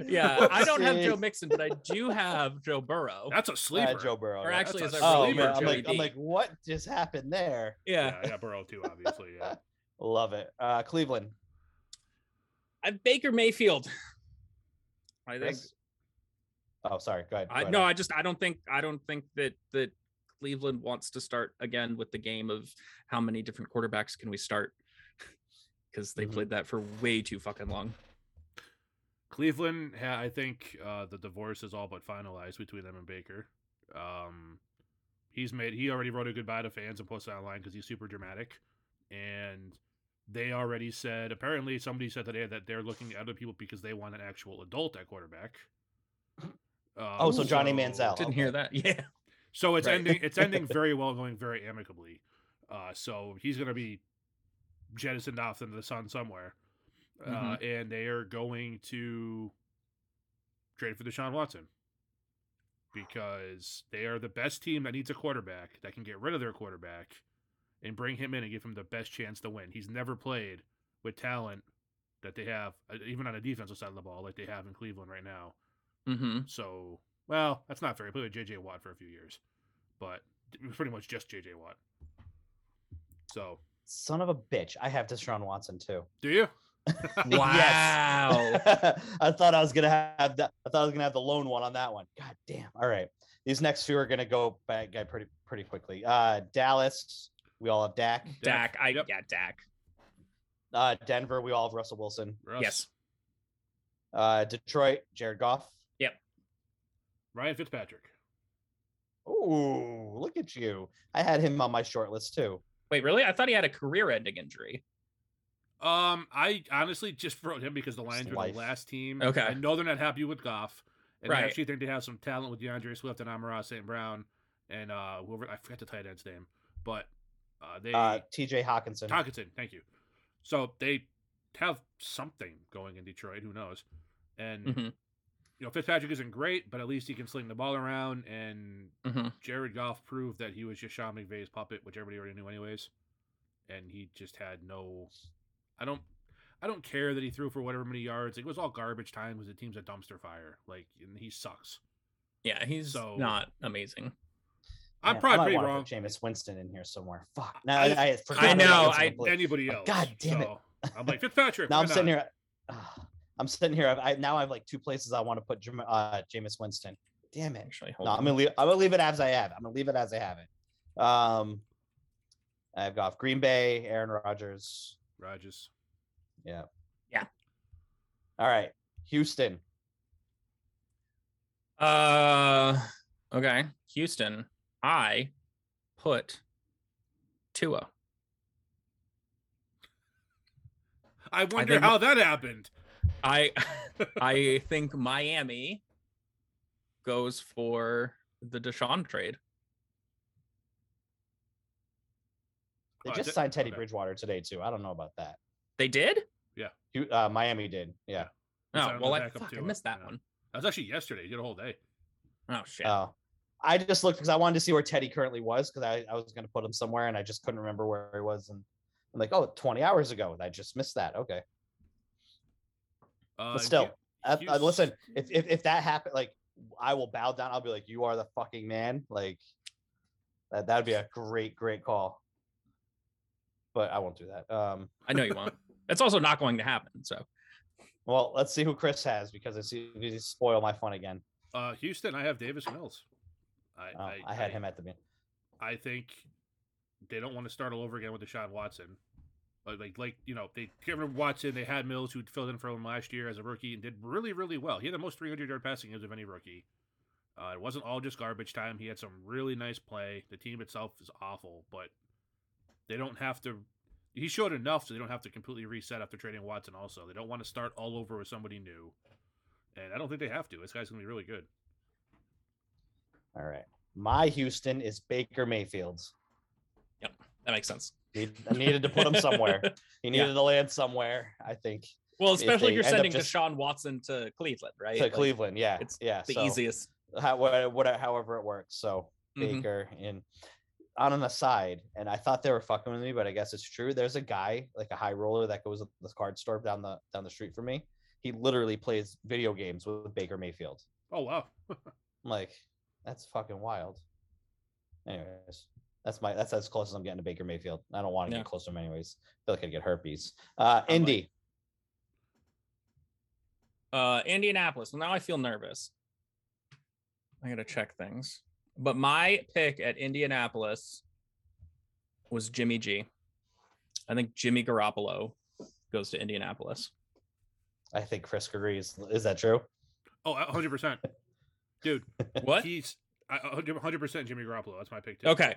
Yeah, I don't have Joe
Jeez.
Mixon, but I do have Joe Burrow.
That's a
Uh,
sleeper.
Joe Burrow.
Or
yeah.
actually,
that's
as
a
I
oh
reliever,
man, I'm
Joey
like, I'm
D.
like, what just happened there?
yeah.
yeah, I got Burrow too, obviously. Yeah.
Love it. Uh, Cleveland.
I have Baker Mayfield. I think
Chris? Oh, sorry. Go ahead.
I
go
no,
uh
ahead.
I just I don't think I don't think that that Cleveland wants to start again with the game of how many different quarterbacks can we start because they
Mhm.
played that for way too fucking long.
Cleveland, ha- I think uh, the divorce is all but finalized between them and Baker. Um, he's made he already wrote a goodbye to fans and posted online because he's super dramatic, and they already said apparently somebody said today that they're looking at other people because they want an actual adult at quarterback. Um,
Oh, so Johnny Manziel.
Didn't hear
okay.
that. Yeah.
So it's
Right.
ending. It's ending very well, going very amicably. Uh, so he's going to be jettisoned off into the sun somewhere, uh, and they are going to trade for Deshaun Watson because they are the best team that needs a quarterback that can get rid of their quarterback and bring him in and give him the best chance to win. He's never played with talent that they have, uh, even on the defensive side of the ball, like they have in Cleveland right now.
Mm-hmm.
So, well, that's not fair. He played with JJ Watt for a few years, but it was pretty much just JJ Watt. So,
Son of a bitch. I have Deshaun Watson too.
do you?
Wow.
I thought I was gonna have that. I thought I was gonna have the lone one on that one. God damn. All right. These next few are gonna go back guy pretty pretty quickly. Uh Dallas, we all have Dak.
Dak. I
Yep.
yeah, Dak.
Uh Denver, we all have Russell Wilson.
Russ.
Yes.
Uh Detroit, Jared Goff.
Ryan Fitzpatrick.
Ooh, look at you. I had him on my short list too.
Wait, really? I thought he had a career ending injury.
Um, I honestly just wrote him because the Lions were
life.
the last team.
Okay.
I know they're not happy with Goff, and
Right.
I actually think they have some talent with DeAndre Swift and Amara St. Brown and uh, whoever I forgot the tight end's name, but uh, they
Uh TJ Hawkinson.
Hawkinson, thank you. So they have something going in Detroit. Who knows? And
Mm-hmm.
Mhm.
you know Fitzpatrick isn't great, but at least he can sling the ball around. And
Mhm.
Jared Goff proved that he was just Sean McVay's puppet, which everybody already knew anyways. And he just had no. I don't. I don't care that he threw for whatever many yards. It was all garbage time because the team's a dumpster fire. Like and he sucks.
Yeah, he's
So-
not
I'm
amazing.
Man, I might
probably pretty
wanna put
wrong.
Jameis Winston in here somewhere. Fuck.
I-
Now I, I, forgot
I
about
know,
Winston
I-
completely.
Anybody else?
God damn it.
it! I'm like Fitzpatrick.
Now
why
I'm
not?
sitting here. ah, I'm sitting here. I now I have like two places I want to put Jam- uh, Jameis Winston. Damn it!
Actually, hold
No, I'm
on.
gonna leave. I'm gonna leave it as I have. it. I'm gonna leave it as I have it. Um, I've got Green Bay, Aaron Rodgers.
Rodgers.
Yeah.
Yeah.
All right, Houston.
Uh, okay. Houston, I put Tua.
I wonder
think-
how that happened.
I I think Miami goes for the Deshaun trade.
They
Oh,
just
did-
signed Teddy
okay.
Bridgewater today too. I don't know about that.
They did?
Hu- Uh, Miami did. Yeah.
They
No,
signed
well
the
I,
backup
fuck, I
Tua,
missed that
yeah.
one.
That was actually yesterday. You did a whole day.
Oh shit.
Oh. I just looked because I wanted to see where Teddy currently was because I, I was going to put him somewhere and I just couldn't remember where he was. And I'm like, oh, 20 hours ago. And I just missed that. Okay.
Uh,
But still, I, I,
Houston-
listen, if, if if that happened, like I will bow down. I'll be like, you are the fucking man. Like that that'd be a great, great call. But I won't do that. Um,
I know you won't. That's also not going to happen. So
well, let's see who Chris has because I see you spoil my fun again.
uh, Houston, I have Davis Mills. I,
Oh, I, had him at the beginning.
I think they don't want to start all over again with Deshaun Watson. Like, like, like you know, they get rid of Watson. They had Mills, who filled in for him last year as a rookie and did really, really well. He had the most 300 yard passing games of any rookie. Uh, it wasn't all just garbage time. He had some really nice play. The team itself is awful, but they don't have to. He showed enough, so they don't have to completely reset after trading Watson. Also, they don't want to start all over with somebody new, and I don't think they have to. This guy's gonna be really good.
All right. My Houston is Baker Mayfield.
that makes sense.
Need, I needed to put him somewhere. He
Yeah.
needed to land somewhere, I think,
well,
If
especially
they
if you're
end up
sending
just-
Deshaun Watson to Cleveland, right?
to
Like,
Cleveland. Yeah.
it's
yeah.
The
so
easiest.
How, what, what, however it works. So
Mhm.
Baker and on an aside, and I thought they were fucking with me, but I guess it's true. There's a guy, like a high roller, that goes to the card store down the down the street from me. He literally plays video games with Baker Mayfield.
Oh wow.
I'm like, that's fucking wild. Anyways, that's my that's as close as I'm getting to Baker Mayfield. I don't want to
Yeah.
get close to him anyways. I feel like I'd get herpes. Uh Indy.
Uh, Indianapolis. Well, now I feel nervous. I gotta check things. But my pick at Indianapolis was Jimmy G. I think Jimmy Garoppolo goes to Indianapolis.
I think Chris agrees. Is that true?
Oh, 100 percent, dude.
What?
He's 100 percent Jimmy Garoppolo. That's my pick too.
Okay.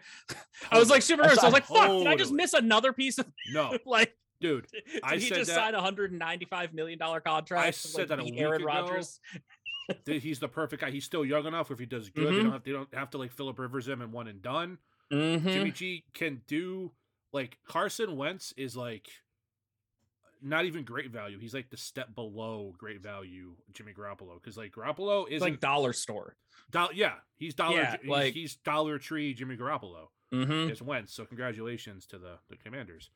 I was like super nervous. I was like, fuck, did I just
Oh Totally.
miss another piece of
no,
like
dude.
did
I
he
said
just
that-
sign a hundred and ninety five million dollar contract?
I
to,
said that a
beat
week
Aaron
ago.
Rodgers.
th- He's the perfect guy. He's still young enough. If he does good, they
Mhm.
don't have they don't have to like Philip Rivers him and one and done.
Mm-hmm.
Jimmy G can do like Carson Wentz is like not even great value. He's like the step below great value Jimmy Garoppolo because like Garoppolo is
It's like
like
dollar store.
do- yeah he's dollar
Yeah,
he's,
like-
he's Dollar Tree Jimmy Garoppolo
Mm-hmm.
is Wentz. So congratulations to the the Commanders.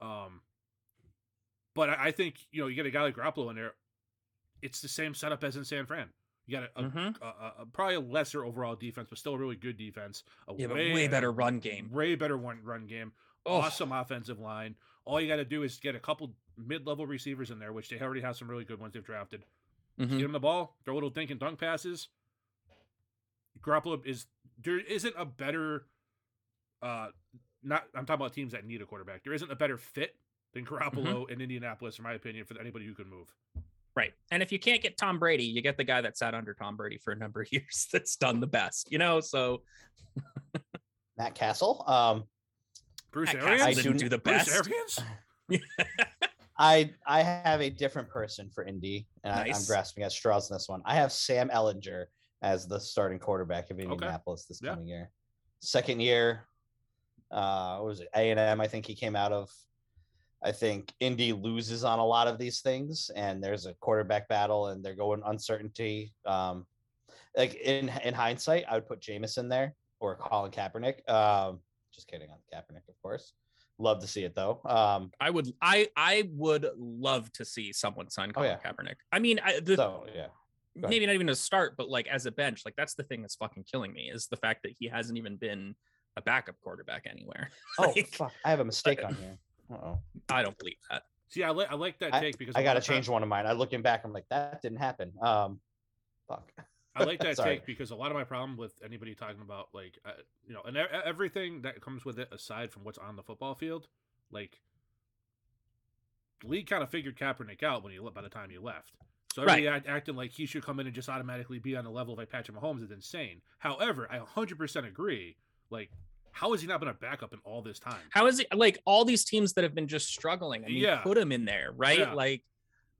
Um, but I, I think you know you get a guy like Garoppolo in there. It's the same setup as in San Fran. You got a, a,
mm-hmm.
a, a, a probably a lesser overall defense, but still a really good defense. A
Yeah, but way better run game.
way better one run game.
Oh,
Awesome offensive line. All you got to do is get a couple mid level receivers in there, which they already have some really good ones they've drafted. Get
mhm.
him the ball, throw little dink and dunk passes. Garoppolo is there isn't a better uh not I'm talking about teams that need a quarterback. There isn't a better fit than Garoppolo in Indianapolis, in my opinion, for anybody who can move.
Right. And if you can't get Tom Brady, you get the guy that sat under Tom Brady for a number of years that's done the best, you know? So
Matt Castle. Um
Bruce
Matt
Arians?
Castle
I
didn't
do-
do the
Bruce
best.
Arians?
I I have a different person for Indy, and I, I'm
Nice.
grasping at straws in this one. I have Sam Ellinger as the starting quarterback of
Okay.
Indianapolis this
Yeah.
coming year. Second year, uh, what was it? A and M. I think he came out of. I think Indy loses on a lot of these things, and there's a quarterback battle, and they're going uncertainty. Um, like in in hindsight, I would put Jamison there or Colin Kaepernick. Um, just kidding on Kaepernick, of course. Love to see it though. Um,
I would, I, I would love to see someone sign
Oh,
Colin Kaepernick. I mean, I, the,
so yeah. ahead.
maybe not even to start, but like as a bench, like that's the thing that's fucking killing me is the fact that he hasn't even been a backup quarterback anywhere.
Oh
Like-
fuck! I have a mistake on here. Uh-oh.
I don't believe that.
See, I, li- I like that take because
I
a lot
got to
of uh, time-
change one of mine. I looking back, I'm like, that didn't happen. Um, fuck.
I like that
Sorry.
take because a lot of my problem with anybody talking about like uh, you know and e- everything that comes with it aside from what's on the football field, like the league kind of figured Kaepernick out when he le- by the time he left. So
Right.
everybody act, acting like he should come in and just automatically be on the level of like Patrick Mahomes is insane. However, I 100% agree. Like, how has he not been a backup in all this time?
How is it like all these teams that have been just struggling? I mean,
Yeah.
put him in there, right?
Yeah.
Like,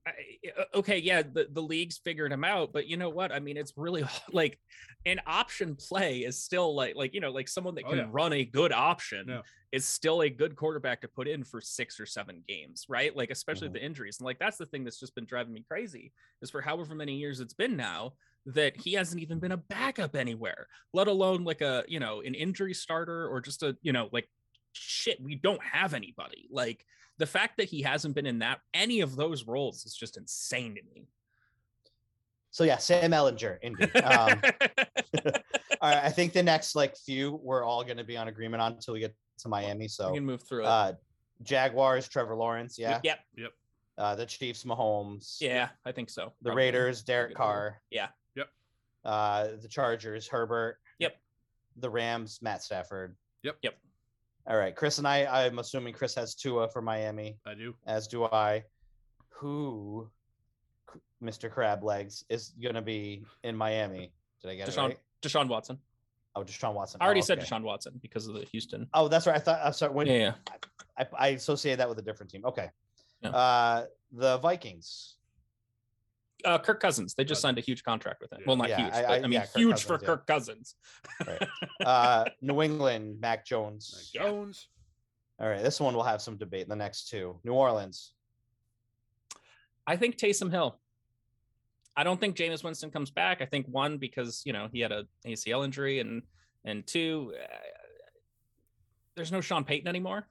I- I- okay, yeah, the, the league's figured him out, but you know what? I mean, it's really like an option play is still like, like you know, like someone that
Oh,
can
yeah.
run a good option
Yeah.
is still a good quarterback to put in for six or seven games, right? Like, especially
Mm-hmm.
with the injuries, and like that's the thing that's just been driving me crazy is for however many years it's been now that he hasn't even been a backup anywhere, let alone like a you know an injury starter or just a you know like shit, we don't have anybody. Like the fact that he hasn't been in that any of those roles is just insane to me.
So yeah, Sam Ellinger, Indy. Um, all right, I think the next like few we're all going to be on agreement on until we get to Miami.
we
So
can move through it.
uh, Jaguars, Trevor Lawrence, yeah.
Yep.
Uh, the Chiefs, Mahomes.
Yeah, I think so.
The
probably.
Raiders, Derek
Good
Carr.
Yeah.
Yep.
Uh, the Chargers, Herbert.
Yep.
The Rams, Matt Stafford.
Yep.
Yep.
All right, Chris and I. I'm assuming Chris has Tua for Miami.
I do.
as do I, who C- Mr. Crab Legs is going to be in Miami. Did I get it
Deshaun-
right?
Deshaun Watson.
Oh, Deshaun Watson.
I already
oh,
said
okay.
Deshaun Watson because of the Houston.
Oh, that's right. I thought I'm sorry. When
yeah, yeah.
I, I associated that with a different team. Okay.
Yeah.
Uh, the Vikings.
Uh, Kirk Cousins. They just signed a huge contract with him. Well, not
Yeah,
huge,
I-
but
I-
I, mean
yeah, Kirk
huge for
Cousins, yeah.
Kirk Cousins.
Uh, New England. Mac Jones.
Mac Jones.
All right, this one will have some debate. The next two. New Orleans.
I think Taysom Hill. I don't think Jameis Winston comes back. I think one because you know he had a ACL injury, and and two, uh, there's no Sean Payton anymore.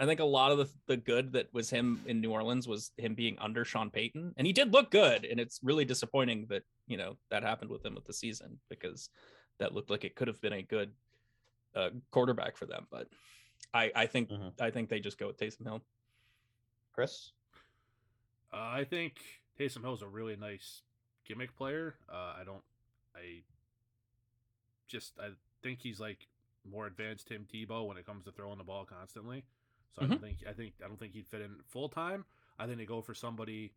I think a lot of the, the good that was him in New Orleans was him being under Sean Payton. And he did look good. And it's really disappointing that, you know, that happened with him with the season because that looked like it could have been a good uh, quarterback for them. But I, I think
Mhm.
I think they just go with Taysom Hill.
Chris.
Uh, I think Taysom Hill's a really nice gimmick player. Uh, I don't. I just I think he's like more advanced Tim Tebow when it comes to throwing the ball constantly. So I don't think I think I don't think he'd fit in full time. I think they go for somebody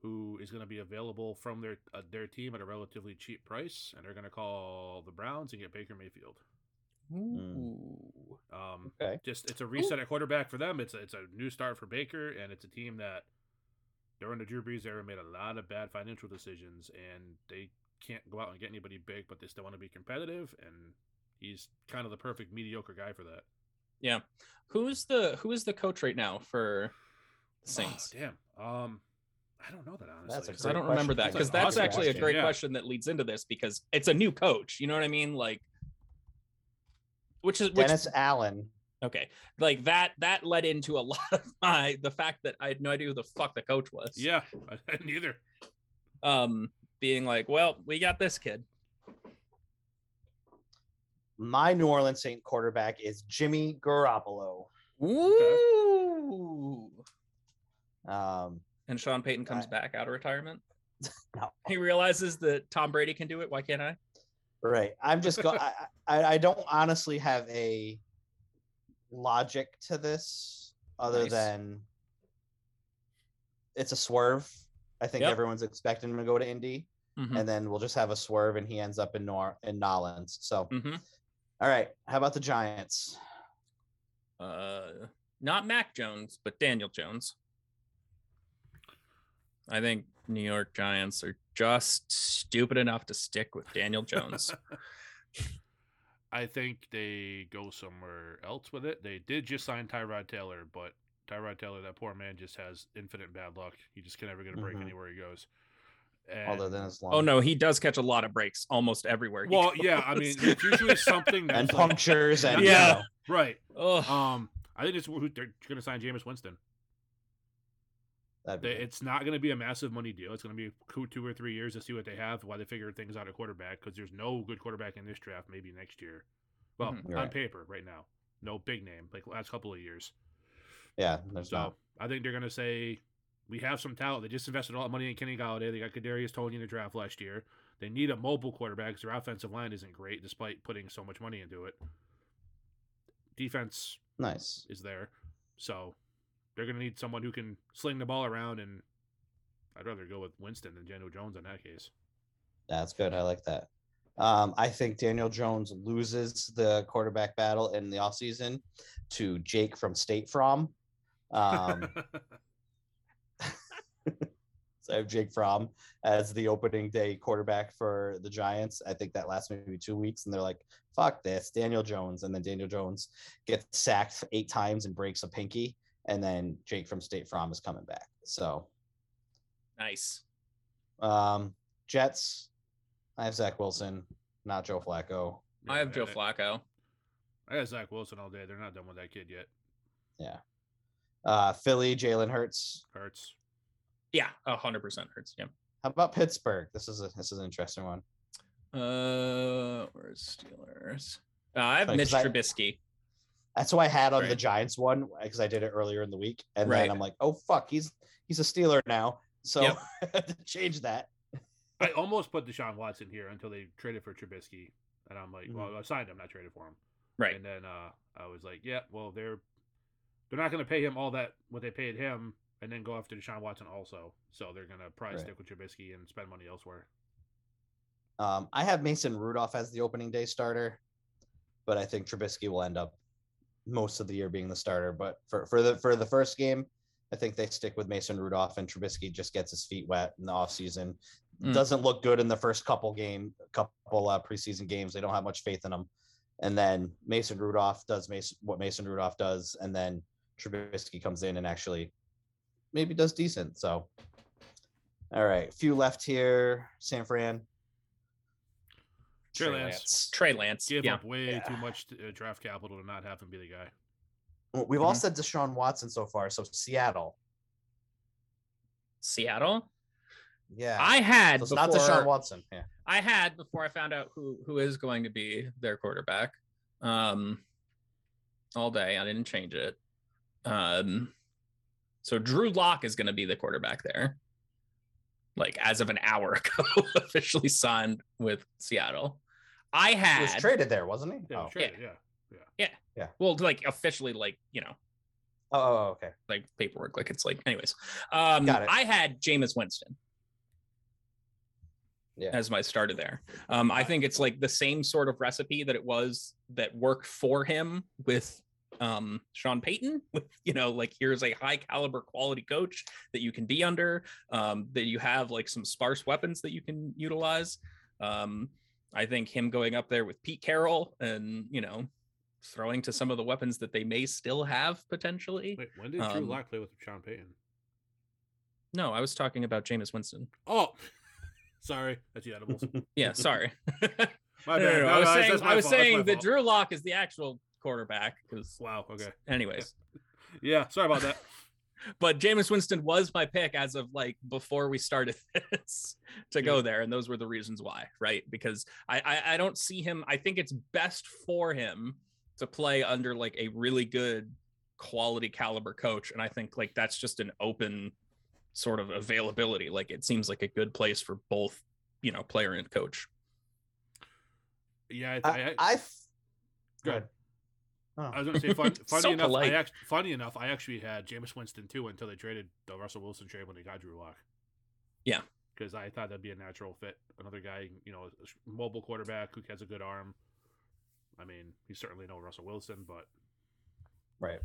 who is going to be available from their uh, their team at a relatively cheap price, and they're going to call the Browns and get Baker Mayfield.
Ooh.
Um,
Okay.
just it's a reset at quarterback for them. It's a, it's a new start for Baker, and it's a team that during the Drew Brees era made a lot of bad financial decisions, and they can't go out and get anybody big, but they still want to be competitive, and he's kind of the perfect mediocre guy for that.
Yeah. Who's the who is the coach right now for the Saints?
Oh, damn. Um, I don't know that honestly.
That's a
'cause
So I
I
great
don't remember
question.
that
That's
because
an
that's
awesome
actually a
question,
great
yeah.
question that leads into this because it's a new coach. You know what I mean? Like, which is which,
Dennis Allen.
okay. Like that that led into a lot of my the fact that I had no idea who the fuck the coach was.
Yeah, neither.
Um, being like, well, we got this kid.
My New Orleans Saint quarterback is Jimmy Garoppolo.
Ooh.
Um,
And Sean Payton comes
I-
back out of retirement.
No.
He realizes that Tom Brady can do it. Why can't I?
right. I'm just going. I, I I don't honestly have a logic to this other
Nice.
than it's a swerve. I think
Yep.
everyone's expecting him to go to Indy,
Mhm.
and then we'll just have a swerve, and he ends up in Nor in Nolans. So,
Mhm.
all right. How about the Giants?
uh not Mac Jones, but Daniel Jones. I think New York Giants are just stupid enough to stick with Daniel Jones.
I think they go somewhere else with it. They did just sign Tyrod Taylor, but Tyrod Taylor, that poor man, just has infinite bad luck. He just can never get a break
Mhm.
anywhere he goes. And,
Other than his long
oh no, he does catch a lot of breaks almost everywhere. he
well, yeah, I mean,
goes.
it's usually something that's
and
like-
punctures and you
Yeah.
know.
right.
Ugh.
Um, I think it's who- they're going to sign Jameis Winston.
That'd be
They,
good.
it's not going to be a massive money deal. It's going to be two- two or three years to see what they have, why they figure things out at quarterback, because there's no good quarterback in this draft. Maybe next year. Well,
Mhm.
on
Right.
paper right now, no big name like last couple of years.
yeah, there's
So
not.
I think they're gonna say we have some talent. They just invested all that money in Kenny Galladay. They got Kadarius Tony in the draft last year. They need a mobile quarterback 'cause their offensive line isn't great, despite putting so much money into it. Defense
Nice.
is there, so they're gonna need someone who can sling the ball around. And I'd rather go with Winston than Daniel Jones in that case.
That's good. I like that. Um, I think Daniel Jones loses the quarterback battle in the offseason to Jake from State From. Um, so I have Jake Fromm as the opening day quarterback for the Giants. I think that lasts maybe two weeks, and they're like, "Fuck this, Daniel Jones." And then Daniel Jones gets sacked eight times and breaks a pinky, and then Jake from State From is coming back. So
nice.
Um, Jets. I have Zach Wilson, not Joe Flacco.
Yeah,
I have Joe
I-
Flacco.
I got Zach Wilson all day. They're not done with that kid yet.
Uh, Philly, Jalen Hurts.
Hurts.
Yeah, hundred percent hurts. Yeah.
How about Pittsburgh? This is a this is an interesting one.
Uh, where's Steelers? Uh, I have
Like,
Mitch
'cause I-
Trubisky.
That's who I had on the
Right.
Giants one because I did it earlier in the week, and
Right.
then I'm like, oh fuck, he's he's a Steeler now, so
Yep.
I had to change that.
I almost put Deshaun Watson here until they traded for Trubisky, and I'm like,
Mhm.
well, I signed him, not traded for him.
Right.
And then uh, I was like, yeah, well, they're they're not going to pay him all that what they paid him, and then go after Deshaun Watson also. So they're going to probably
Right.
stick with Trubisky and spend money elsewhere.
Um, I have Mason Rudolph as the opening day starter, but I think Trubisky will end up most of the year being the starter. But for, for the for the first game, I think they stick with Mason Rudolph and Trubisky just gets his feet wet in the offseason.
Mm.
Doesn't look good in the first couple game, couple uh, preseason games. They don't have much faith in him. And then Mason Rudolph does Mason, what Mason Rudolph does, and then Trubisky comes in and actually maybe does decent. So, all right, few left here. San Fran.
Trey
Trey
Lance.
Lance. Trey Lance.
Give
yeah.
up way
Yeah.
too much uh, draft capital to not have him be the guy.
Well, We've all said Deshaun Watson so far, so Seattle.
Seattle.
Yeah,
I had
so it's
before,
not Deshaun Watson. Yeah,
I had before I found out who who is going to be their quarterback. Um all day. I didn't change it. Um so Drew Locke is gonna be the quarterback there. Like as of an hour ago, officially signed with Seattle. I
he was
had
traded there, wasn't he?
Yeah,
Oh.
sure. Yeah.
well like officially like, you know,
Oh, oh, oh, okay.
like paperwork. Like it's like anyways. Um
Got it.
I had Jameis Winston.
Yeah.
as my starter there. Um, I think it's like the same sort of recipe that it was that worked for him with um, Sean Payton. With you know, like here's a high caliber quality coach that you can be under, um, that you have like some sparse weapons that you can utilize. Um, I think him going up there with Pete Carroll and you know throwing to some of the weapons that they may still have potentially.
Wait, when did Drew
Um,
Lock play with Sean Payton?
No, I was talking about Jameis Winston.
Oh, sorry, that's the edibles.
Yeah, sorry.
My
No,
bad.
no, no,
No,
I was
no,
saying,
that's my
I was
fault, that's my
saying that
fault.
Drew Lock is the actual quarterback. Because,
Wow. Okay.
anyways,
Yeah. Sorry about that.
but Jameis Winston was my pick as of like before we started this to
Mm-hmm.
go there, and those were the reasons why, right? Because I, I I don't see him. I think it's best for him to play under like a really good quality caliber coach, and I think like that's just an open sort of availability. Like it seems like a good place for both, you know, player and coach.
Yeah. I,
I,
I,
I f-
Go
go
ahead.
ahead. Oh.
I was gonna say, fun, funny
So
enough,
polite.
I act, funny enough, I actually had Jameis Winston too until they traded the Russell Wilson trade when they got Drew Lock.
Yeah.
because I thought that'd be a natural fit. Another guy, you know, a s- mobile quarterback who has a good arm. I mean, he's certainly no Russell Wilson, but
right.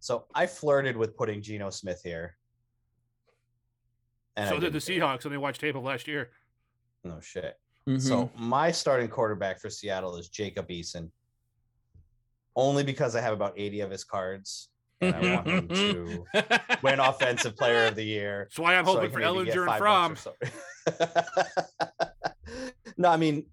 So I flirted with putting Geno Smith here. And I
so did the
didn't do it.
Seahawks, and they watched tape of last year.
No shit.
Mm-hmm.
So my starting quarterback for Seattle is Jacob Eason. Only because I have about 80 of his cards and I want him to win offensive player of the year.
That's why I'm
so I
hoping for
can maybe get
Ellinger and
five
Fromm.
bucks or so. no, I mean,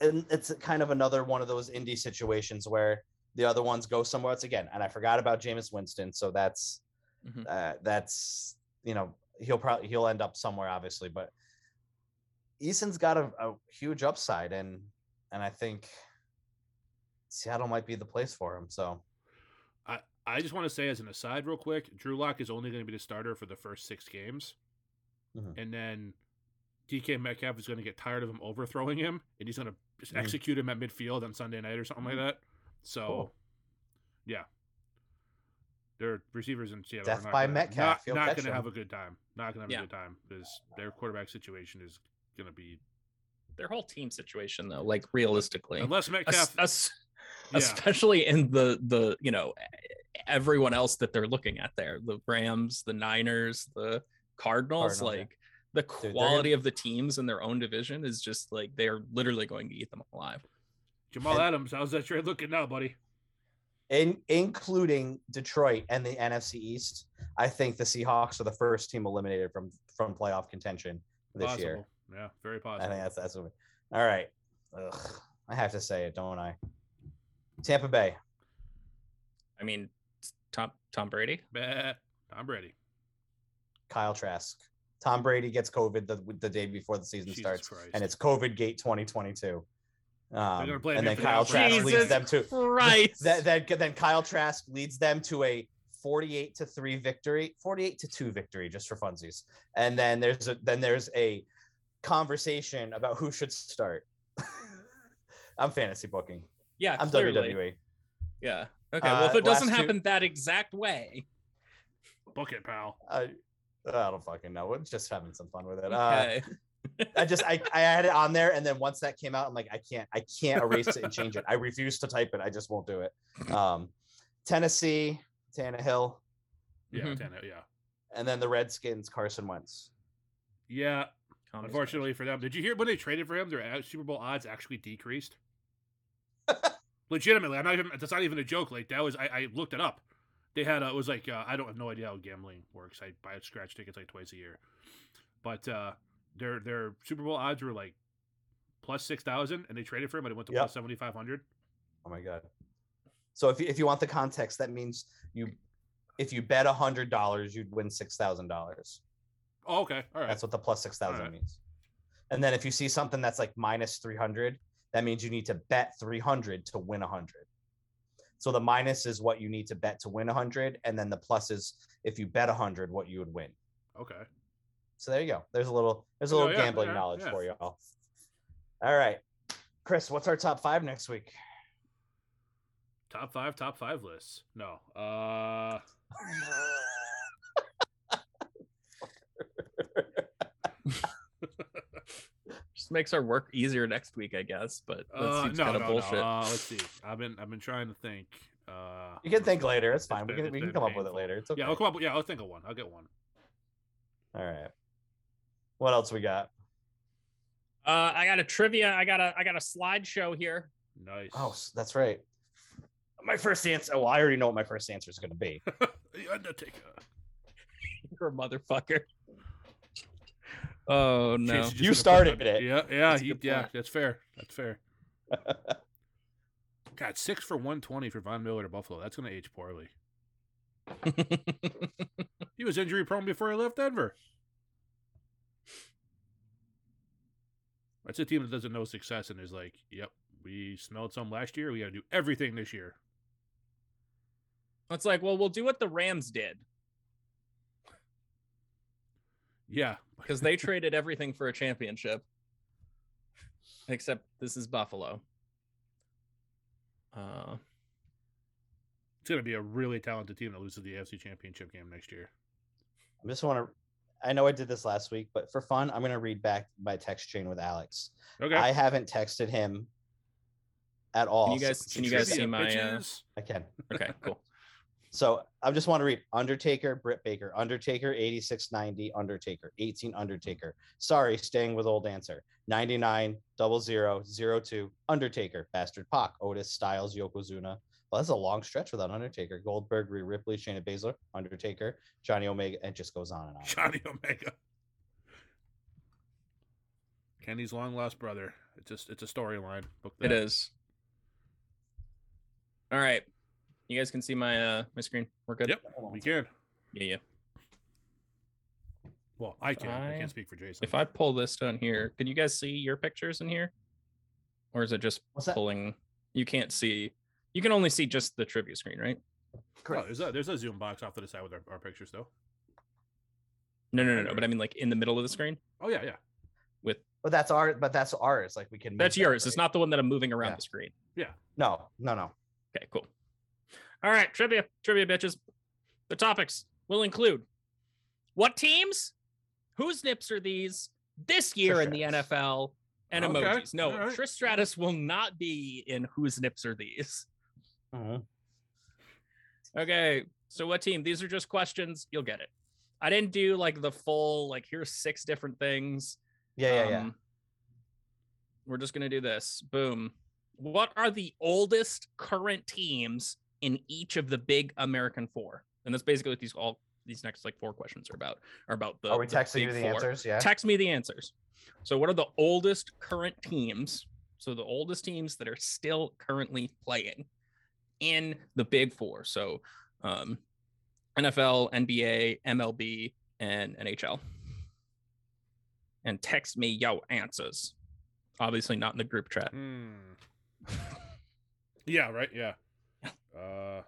and it's kind of another one of those indie situations where the other ones go somewhere else again. And I forgot about Jameis Winston, so that's
Mm-hmm.
Mhm.
uh, that's you know he'll probably he'll end up somewhere obviously, but Eason's got a, a huge upside, and and I think Seattle might be the place for him. So
I just want to say as an aside, real quick, Drew Lock is only going to be the starter for the first six games,
Mhm.
and then DK Metcalf is going to get tired of him overthrowing him, and he's going to just
Mhm.
execute him at midfield on Sunday night or something like that. So,
Mm-hmm. Cool.
yeah, their receivers in Seattle
Death
are not
by
gonna,
Metcalf.
Not,
He'll
not
catch
going to
him.
have a good time. Not going to have
Yeah.
a good time because their quarterback situation is going to be
their whole team situation though like realistically
unless
Es-
Metcalf.
es-
yeah,
especially in the the you know everyone else that they're looking at there the rams the niners the cardinals
Cardinals, yeah.
like the
they're
quality of the teams in their own division is just like they're literally going to eat them alive
Jamal Adams, how's that trade looking now, buddy?
in including Detroit and the NFC East, I think the Seahawks are the first team eliminated from from playoff contention this
Possible.
year.
Yeah, very
I
possible.
think that's that's what we, all right. Ugh, I have to say it, don't I? Tampa Bay.
i mean tom tom brady
Bah, Tom Brady.
Kyle Trask. Tom Brady gets COVID the, the day before the season
Jesus
starts,
Christ.
and it's COVID Gate 2022.
gonna
Um,
blame
and
him
then
for the
Kyle Trask
outbreak.
leads
Jesus
them to
right
that, that then Kyle Trask leads them to a 48 to 3 victory, 48 to 2 victory just for funsies. And then there's a then there's a conversation about who should start. I'm fantasy booking.
yeah
I'm
Uh,
E.
clearly.
WWE.
yeah okay well if
Uh,
it doesn't
last two-
happen that exact way
Book it, pal.
I, I don't fucking know. We're just having some fun with it. Uh,
okay
I just I, I had it on there and then once that came out, I'm like, I can't I can't erase it and change it. I refuse to type it. I just won't do it. Um Tennessee, Tannehill,
Yeah,
Mm-hmm.
Mhm.
Tannehill, yeah,
and then the Redskins, Carson Wentz.
yeah.
Calm as
Unfortunately for them, did you hear when they traded for him? Their ad- Super Bowl odds actually decreased. Legitimately, I'm not even. That's not even a joke. Like that was. I, I looked it up. They had. A, it was like uh, I don't have no idea how gambling works. I buy scratch tickets like twice a year, but uh, their their Super Bowl odds were like plus six thousand, and they traded for him, but it went to
Yep.
plus seventy five hundred.
Oh my god. So if you, if you want the context, that means you if you bet a hundred dollars, you'd win six thousand dollars.
Oh, okay, all right.
That's what the plus six thousand
Alright.
means. And then if you see something that's like minus three hundred, that means you need to bet three hundred to win a hundred. So the minus is what you need to bet to win a hundred, and then the plus is if you bet a hundred, what you would win.
okay.
So there you go. There's a little there's a
Oh,
little
yeah,
gambling
yeah,
knowledge
yeah.
for y'all. All right. Chris, what's our top five next week?
Top five, top five lists. No. Uh
Just makes our work easier next week, I guess. But that
Uh,
seems
no,
kind
no,
of bullshit.
no. Uh, let's see. I've been I've been trying to think. Uh,
You can think later. It's fine.
been-
we can
it's
we can
been
come up with it
painful.
later. It's okay.
Yeah, I'll come up. with- Yeah, I'll think of one. I'll get one.
All right. What else we got?
Uh, I got a trivia. I got a I got a slideshow here.
Nice.
Oh, s- that's right. My first answer. Oh, I already know what my first answer is going to be.
The Undertaker.
You're a motherfucker. Oh no!
Chase is just
You
gonna put
started
that-
it.
Yeah, yeah,
That's a
he,
good
yeah.
point.
That's fair. That's fair. God, six for one twenty for Von Miller to Buffalo. That's gonna age poorly. He was injury prone before he left Denver. That's a team that doesn't know success and is like, yep, we smelled some last year. We got to do everything this year.
it's like, well, we'll do what the Rams did
Yeah,
because they traded everything for a championship. Except this is Buffalo. Uh,
it's going to be a really talented team that loses the AFC Championship game next year.
I just want to. I know I did this last week, but for fun, I'm going to read back my text chain with Alex.
Okay.
I haven't texted him at all.
Can you guys-
since-
can you guys
since-
see my, uh,
Bitches.
I can.
okay, cool.
So I just want to read Undertaker, Britt Baker, Undertaker, 8690, Undertaker, 18 Undertaker. Sorry, staying with old answer. 99, 00, 02, Undertaker, Bastard Pac, Otis, Styles, Yokozuna. Well, that's a long stretch without Undertaker. Goldberg, Rhea Ripley, Shayna Baszler, Undertaker, Johnny Omega. It just goes on and on.
Johnny Omega. Kenny's long lost brother. It's just it's a storyline. Book
It
that.
is. All right, you guys can see my uh my screen. We're good.
Yep. We can.
Yeah, yeah.
Well, I can. I,
I-
can't speak for Jason.
If I pull this down here, can you guys see your pictures in here? Or is it just
What's that?
pulling? You can't see. You can only see just the trivia screen, right?
Oh, there's a there's a Zoom box off to the side with our, our pictures though.
No, no, no, no. But I mean, like in the middle of the screen.
Oh yeah, yeah.
But that's ours. But that's ours. Like we can. move
That's
that,
yours. It's
right?
not the one that I'm moving around
Yeah.
the screen.
No, no, no.
Okay, cool. All right, trivia, trivia, bitches. The topics will include what teams, whose nips are these this year in the
Stratus.
NFL, and
Okay,
emojis. No,
all right.
Trish Stratus will not be in whose nips are these.
Mm-hmm.
Okay. So what team? These are just questions. You'll get it. I didn't do like the full like here's six different things.
Yeah, yeah, yeah.
Um, We're just gonna do this. Boom. What are the oldest current teams in each of the big American four? And that's basically what these all these next like four questions are about. Are about the
Are we
the
texting you
big
the
four.
answers? Yeah.
Text me the answers. So what are the oldest current teams? So the oldest teams that are still currently playing in the big four. So um, NFL, NBA, MLB, and NHL. And text me yo answers. Obviously not in the group chat.
Hmm. yeah. Right. Yeah. Uh.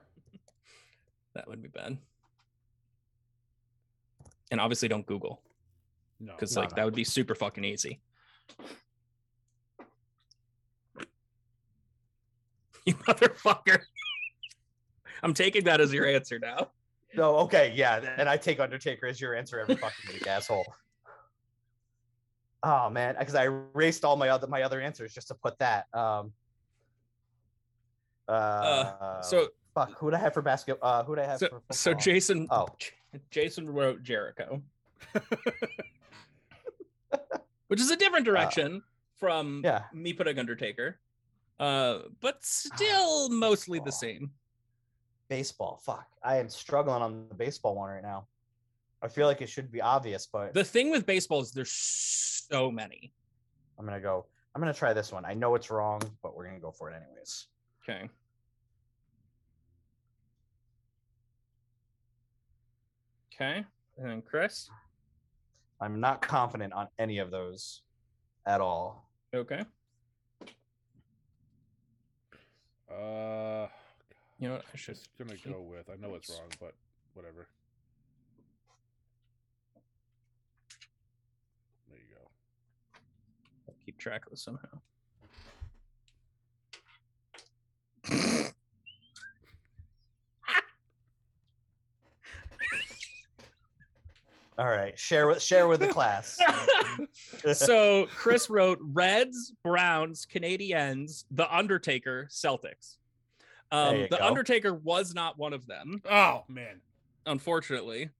That would be bad. And obviously don't Google
No.
because
No,
like
no.
that would be super fucking easy. You motherfucker. I'm taking that as your answer now.
No. Okay. Yeah. And I take Undertaker as your answer every fucking week, asshole. Oh man, because I erased all my other my other answers just to put that. Um, uh,
so
fuck. Who'd I have for basket? Uh, who'd I have
so,
for
so
football?
Jason
Oh,
Jason wrote Jericho. Which is a different direction from
Uh, yeah.
me putting Undertaker. Uh but still mostly the
baseball.
same.
Baseball. Fuck. I am struggling on the baseball one right now. I feel like it should be obvious, but
The thing with baseball is there's so many.
I'm gonna go I'm gonna try this one. I know it's wrong, but we're gonna go for it anyways.
Okay. Okay. And then Chris.
I'm not confident on any of those at all.
Okay.
Uh,
You know what? I should.
just gonna go with. I know it's wrong, but whatever. There you go.
keep track of it somehow.
All right, share with share with the class.
so Chris wrote Reds, Browns, Canadiens, The Undertaker, Celtics.
There
Um,
you
the
go.
Undertaker was not one of them,
Oh man,
unfortunately.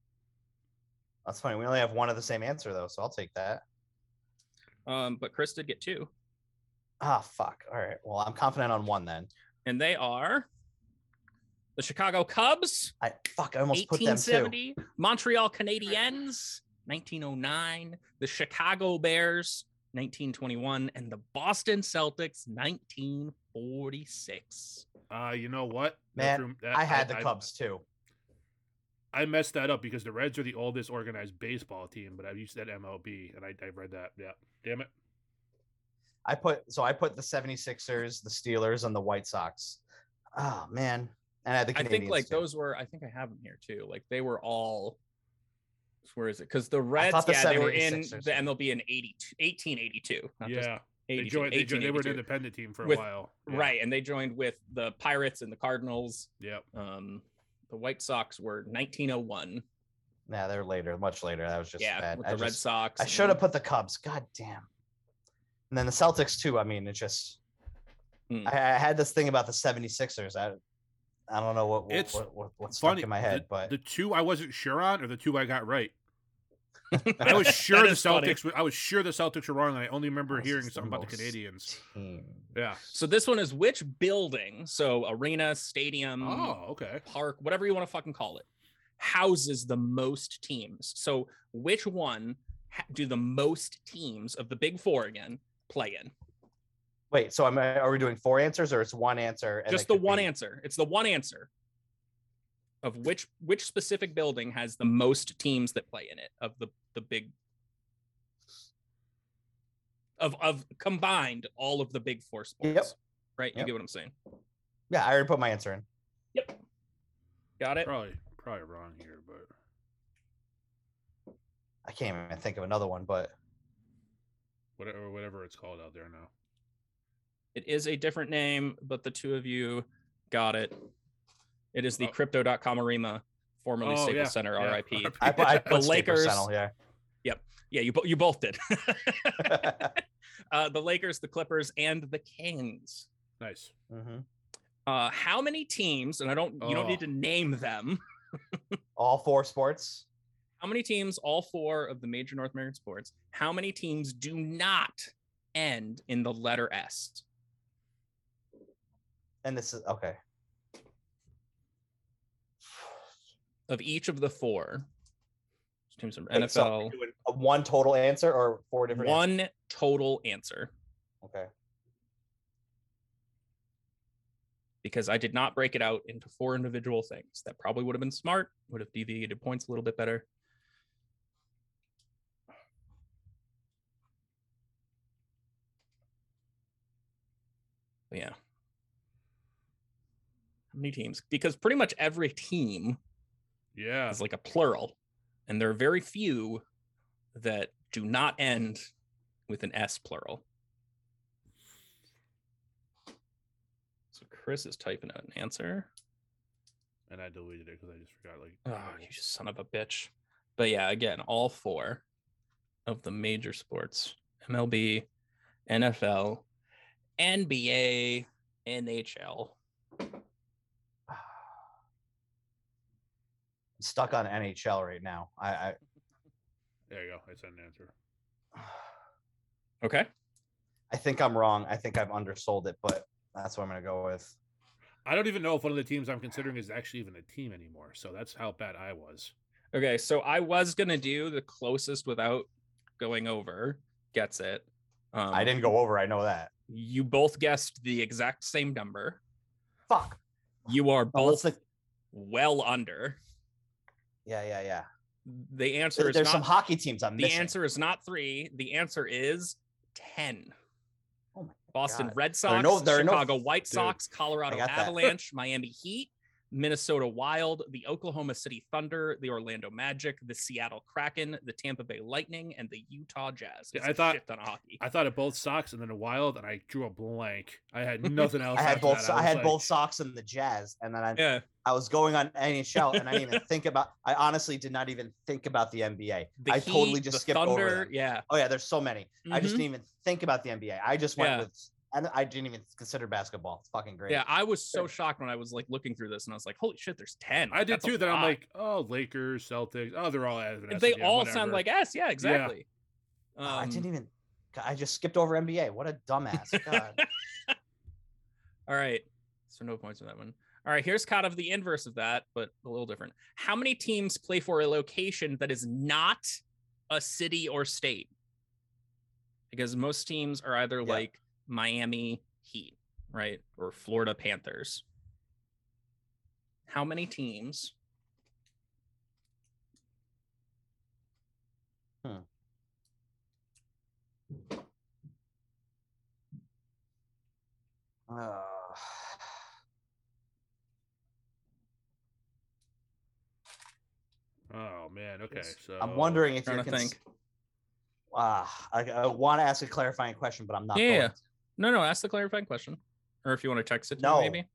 That's funny. We only have one of the same answer though, so I'll take that.
Um, but Chris did get two,
Ah, fuck. All right. Well, I'm confident on one then.
and they are the Chicago Cubs,
I fuck. I almost put them too.
1870, Montreal Canadiens, 1909, the Chicago Bears, 1921, and the Boston Celtics, 1946.
uh, you know what?
Man,
room- that-
I had the Cubs too.
I messed that up because the Reds are the oldest organized baseball team, but I've used that MLB and I, I read that. Yeah, damn it.
I put so I put the 76ers, the Steelers, and the White Sox. Oh man. And I had the
I
Canadians
think like
too.
those were. I think I have them here too. Like they were all. Where is it? Because the
I
Reds,
thought the
yeah, they were in
76ers.
the MLB in 82, 1882. Not just
yeah, they
82,
joined. They, joined, they were an
1882.
independent team for a
With-
while. Yeah,
Right, and they joined with the Pirates and the Cardinals.
Yep.
Um, the White Sox were 1901.
Yeah, they're later, much later. That was just
yeah,
bad.
with
I
the Red
just-
Sox.
I
and-
should have put the Cubs. God damn. And then the Celtics too. I mean, it just
Hmm.
I, I had this thing about the 76ers. I I don't know what what,
It's
what, what what's
Funny
stuck in my head,
the,
but
the two I wasn't sure on, or the two I got right. I was sure the
is funny.
Celtics. were- I was sure the Celtics were wrong, and I only remember
This
hearing
is the
something about the
most-
Canadians.
Mm.
team.
Yeah.
So this one is which building? So arena, stadium,
Oh, okay.
park, whatever you want to fucking call it, houses the most teams. So which one ha- do the most teams of the Big Four again play in?
Wait, so am I, are we doing four answers or it's one answer? and
Just
it
the
could
one
be-
answer. It's the one answer of which which specific building has the most teams that play in it of the the big of of combined all of the Big Four sports.
Yep.
Right, you
Yep.
get what I'm saying.
Yeah, I already put my answer in.
Got it.
Probably, probably wrong here, but
I can't even think of another one, but
whatever, whatever it's called out there now.
It is a different name, but the two of you got it. It is the
Oh.
crypto.com arena, formerly
Oh,
Staples
yeah,
Center,
yeah,
RIP.
I put, I
The
put
Lakers.
Lakers. Sentinel, yeah.
Yeah, you, bo- you both did. uh, the Lakers, the Clippers, and the Kings.
Nice.
hmm
Uh, how many teams, and I don't, you don't need
Oh.
to name them.
All four sports.
How many teams, all four of the major North American sports, how many teams do not end in the letter S?
And this is okay.
Of each of the four teams from
Wait, so
NFL,
we're doing a one total answer or four different answers?
one total answer.
Okay.
because I did not break it out into four individual things. That probably would have been smart, would have deviated points a little bit better. But yeah. How many teams? Because pretty much every team
Yeah.
is like a plural, and there are very few that do not end with an S plural. So Chris is typing out an answer.
And I deleted it because I just forgot. Like,
Oh, you son of a bitch. But yeah, again, all four of the major sports MLB, NFL, NBA, NHL.
I'm stuck on NHL right now. I, I
there you go. I sent an answer.
Okay.
I think I'm wrong. I think I've undersold it, but that's what I'm gonna go with.
I don't even know if one of the teams I'm considering is actually even a team anymore. So that's how bad I was.
Okay. So I was going to do the closest without going over, gets it. Um,
I didn't go over. I know that.
You both guessed the exact same number.
Fuck.
You are
Oh, what's
both
the?
well under.
Yeah, yeah, yeah.
The answer
There-
is
There's
not
some hockey teams I'm
the
missing.
answer is not three. The answer is ten.
Oh my
Boston
God.
Red
There
Sox,
are no- there are no-
Chicago White
Dude,
Sox, Colorado
I got that.
Avalanche, Miami Heat, Minnesota Wild, the Oklahoma City Thunder, the Orlando Magic, the Seattle Kraken, the Tampa Bay Lightning, and the Utah Jazz.
Yeah,
It's
I
a
thought-
shit ton of hockey.
I thought of both socks and then a wild, and I drew a blank. I had nothing
oh,
else.
I had
after
both.
that.
so- I,
was
had
like,
both socks and the Jazz, and then I,
yeah,
I was going on NHL, and I didn't even think about. I honestly did not even think about the NBA.
the
I totally
Heat,
just
the
skipped
Thunder.
over. them.
Yeah,
Oh yeah, there's so many. I just
Mhm.
didn't even think about the NBA. I just went
Yeah.
with, and I didn't even consider basketball. It's fucking great.
yeah. I was so shocked when I was like looking through this, and I was like, "Holy shit, there's ten.
I did
That's a
too. Then I'm
lot.
like, oh, Lakers, Celtics. Oh, they're all evanescent,
they
yeah,
all
whatever.
sound like ass. Yeah, exactly.
Oh, I
Um,
didn't even. I just skipped over NBA. What a dumbass. God.
All right. So no points on that one. All right. Here's kind of the inverse of that, but a little different. How many teams play for a location that is not a city or state? Because most teams are either
Yeah.
like Miami Heat, right? Or Florida Panthers. How many teams?
Hmm. Uh,
Oh man. Okay.
Yes.
So
I'm wondering if
Trying
you're
to
cons-
think.
Ah, I, I want to ask a clarifying question, but I'm not.
Yeah.
going to.
No, no, ask the clarifying question. Or if you want to text it to me,
No.
maybe.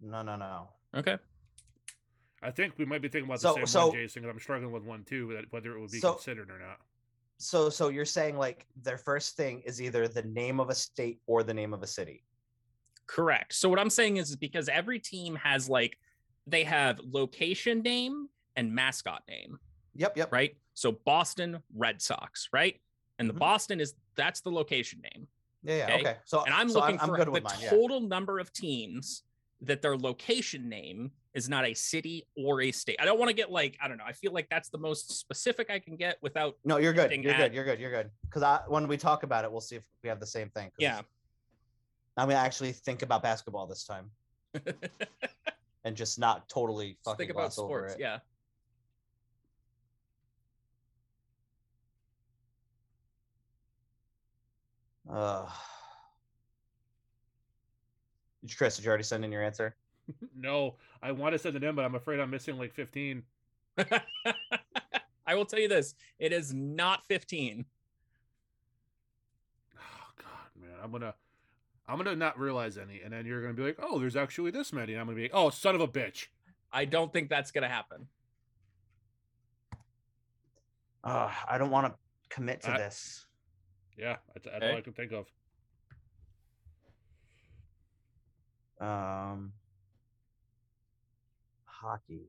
No, no, no.
Okay.
I think we might be thinking about the
So-
same
so-
one, Jason. Because I'm struggling with one too, that- whether it would be
So-
considered or not.
So, so you're saying like their first thing is either the name of a state or the name of a city.
Correct. So what I'm saying is because every team has like they have location name and mascot name,
Yep, yep.
right? So Boston Red Sox, right? And the
Mhm.
Boston is that's the location name.
Yeah, yeah.
Okay.
Okay. So,
And I'm
Uh, so
looking
I'm
for
good
the
with mine. yeah.
total number of teams that their location name is not a city or a state. I don't want to get like I don't know. I feel like that's the most specific I can get without
No, you're good.
hitting
You're
at-
good. You're good. You're good. Because I, when we talk about it, we'll see if we have the same thing. 'cause
yeah.
I'm gonna actually think about basketball this time and just not totally fucking
think about
gloss over
sports.
it.
Yeah.
Uh, Chris, did you already send in your answer?
No, I want to send it in, but I'm afraid I'm missing like 15.
I will tell you this, it is not 15.
Oh God, man, I'm gonna, I'm gonna not realize any, and then you're gonna be like, oh, there's actually this many, and I'm gonna be like, oh, son of a bitch.
I don't think that's going to happen.
Uh, I don't want to commit to
I-
this.
Yeah, that's, that's all
Okay.
I can think of.
Um, hockey.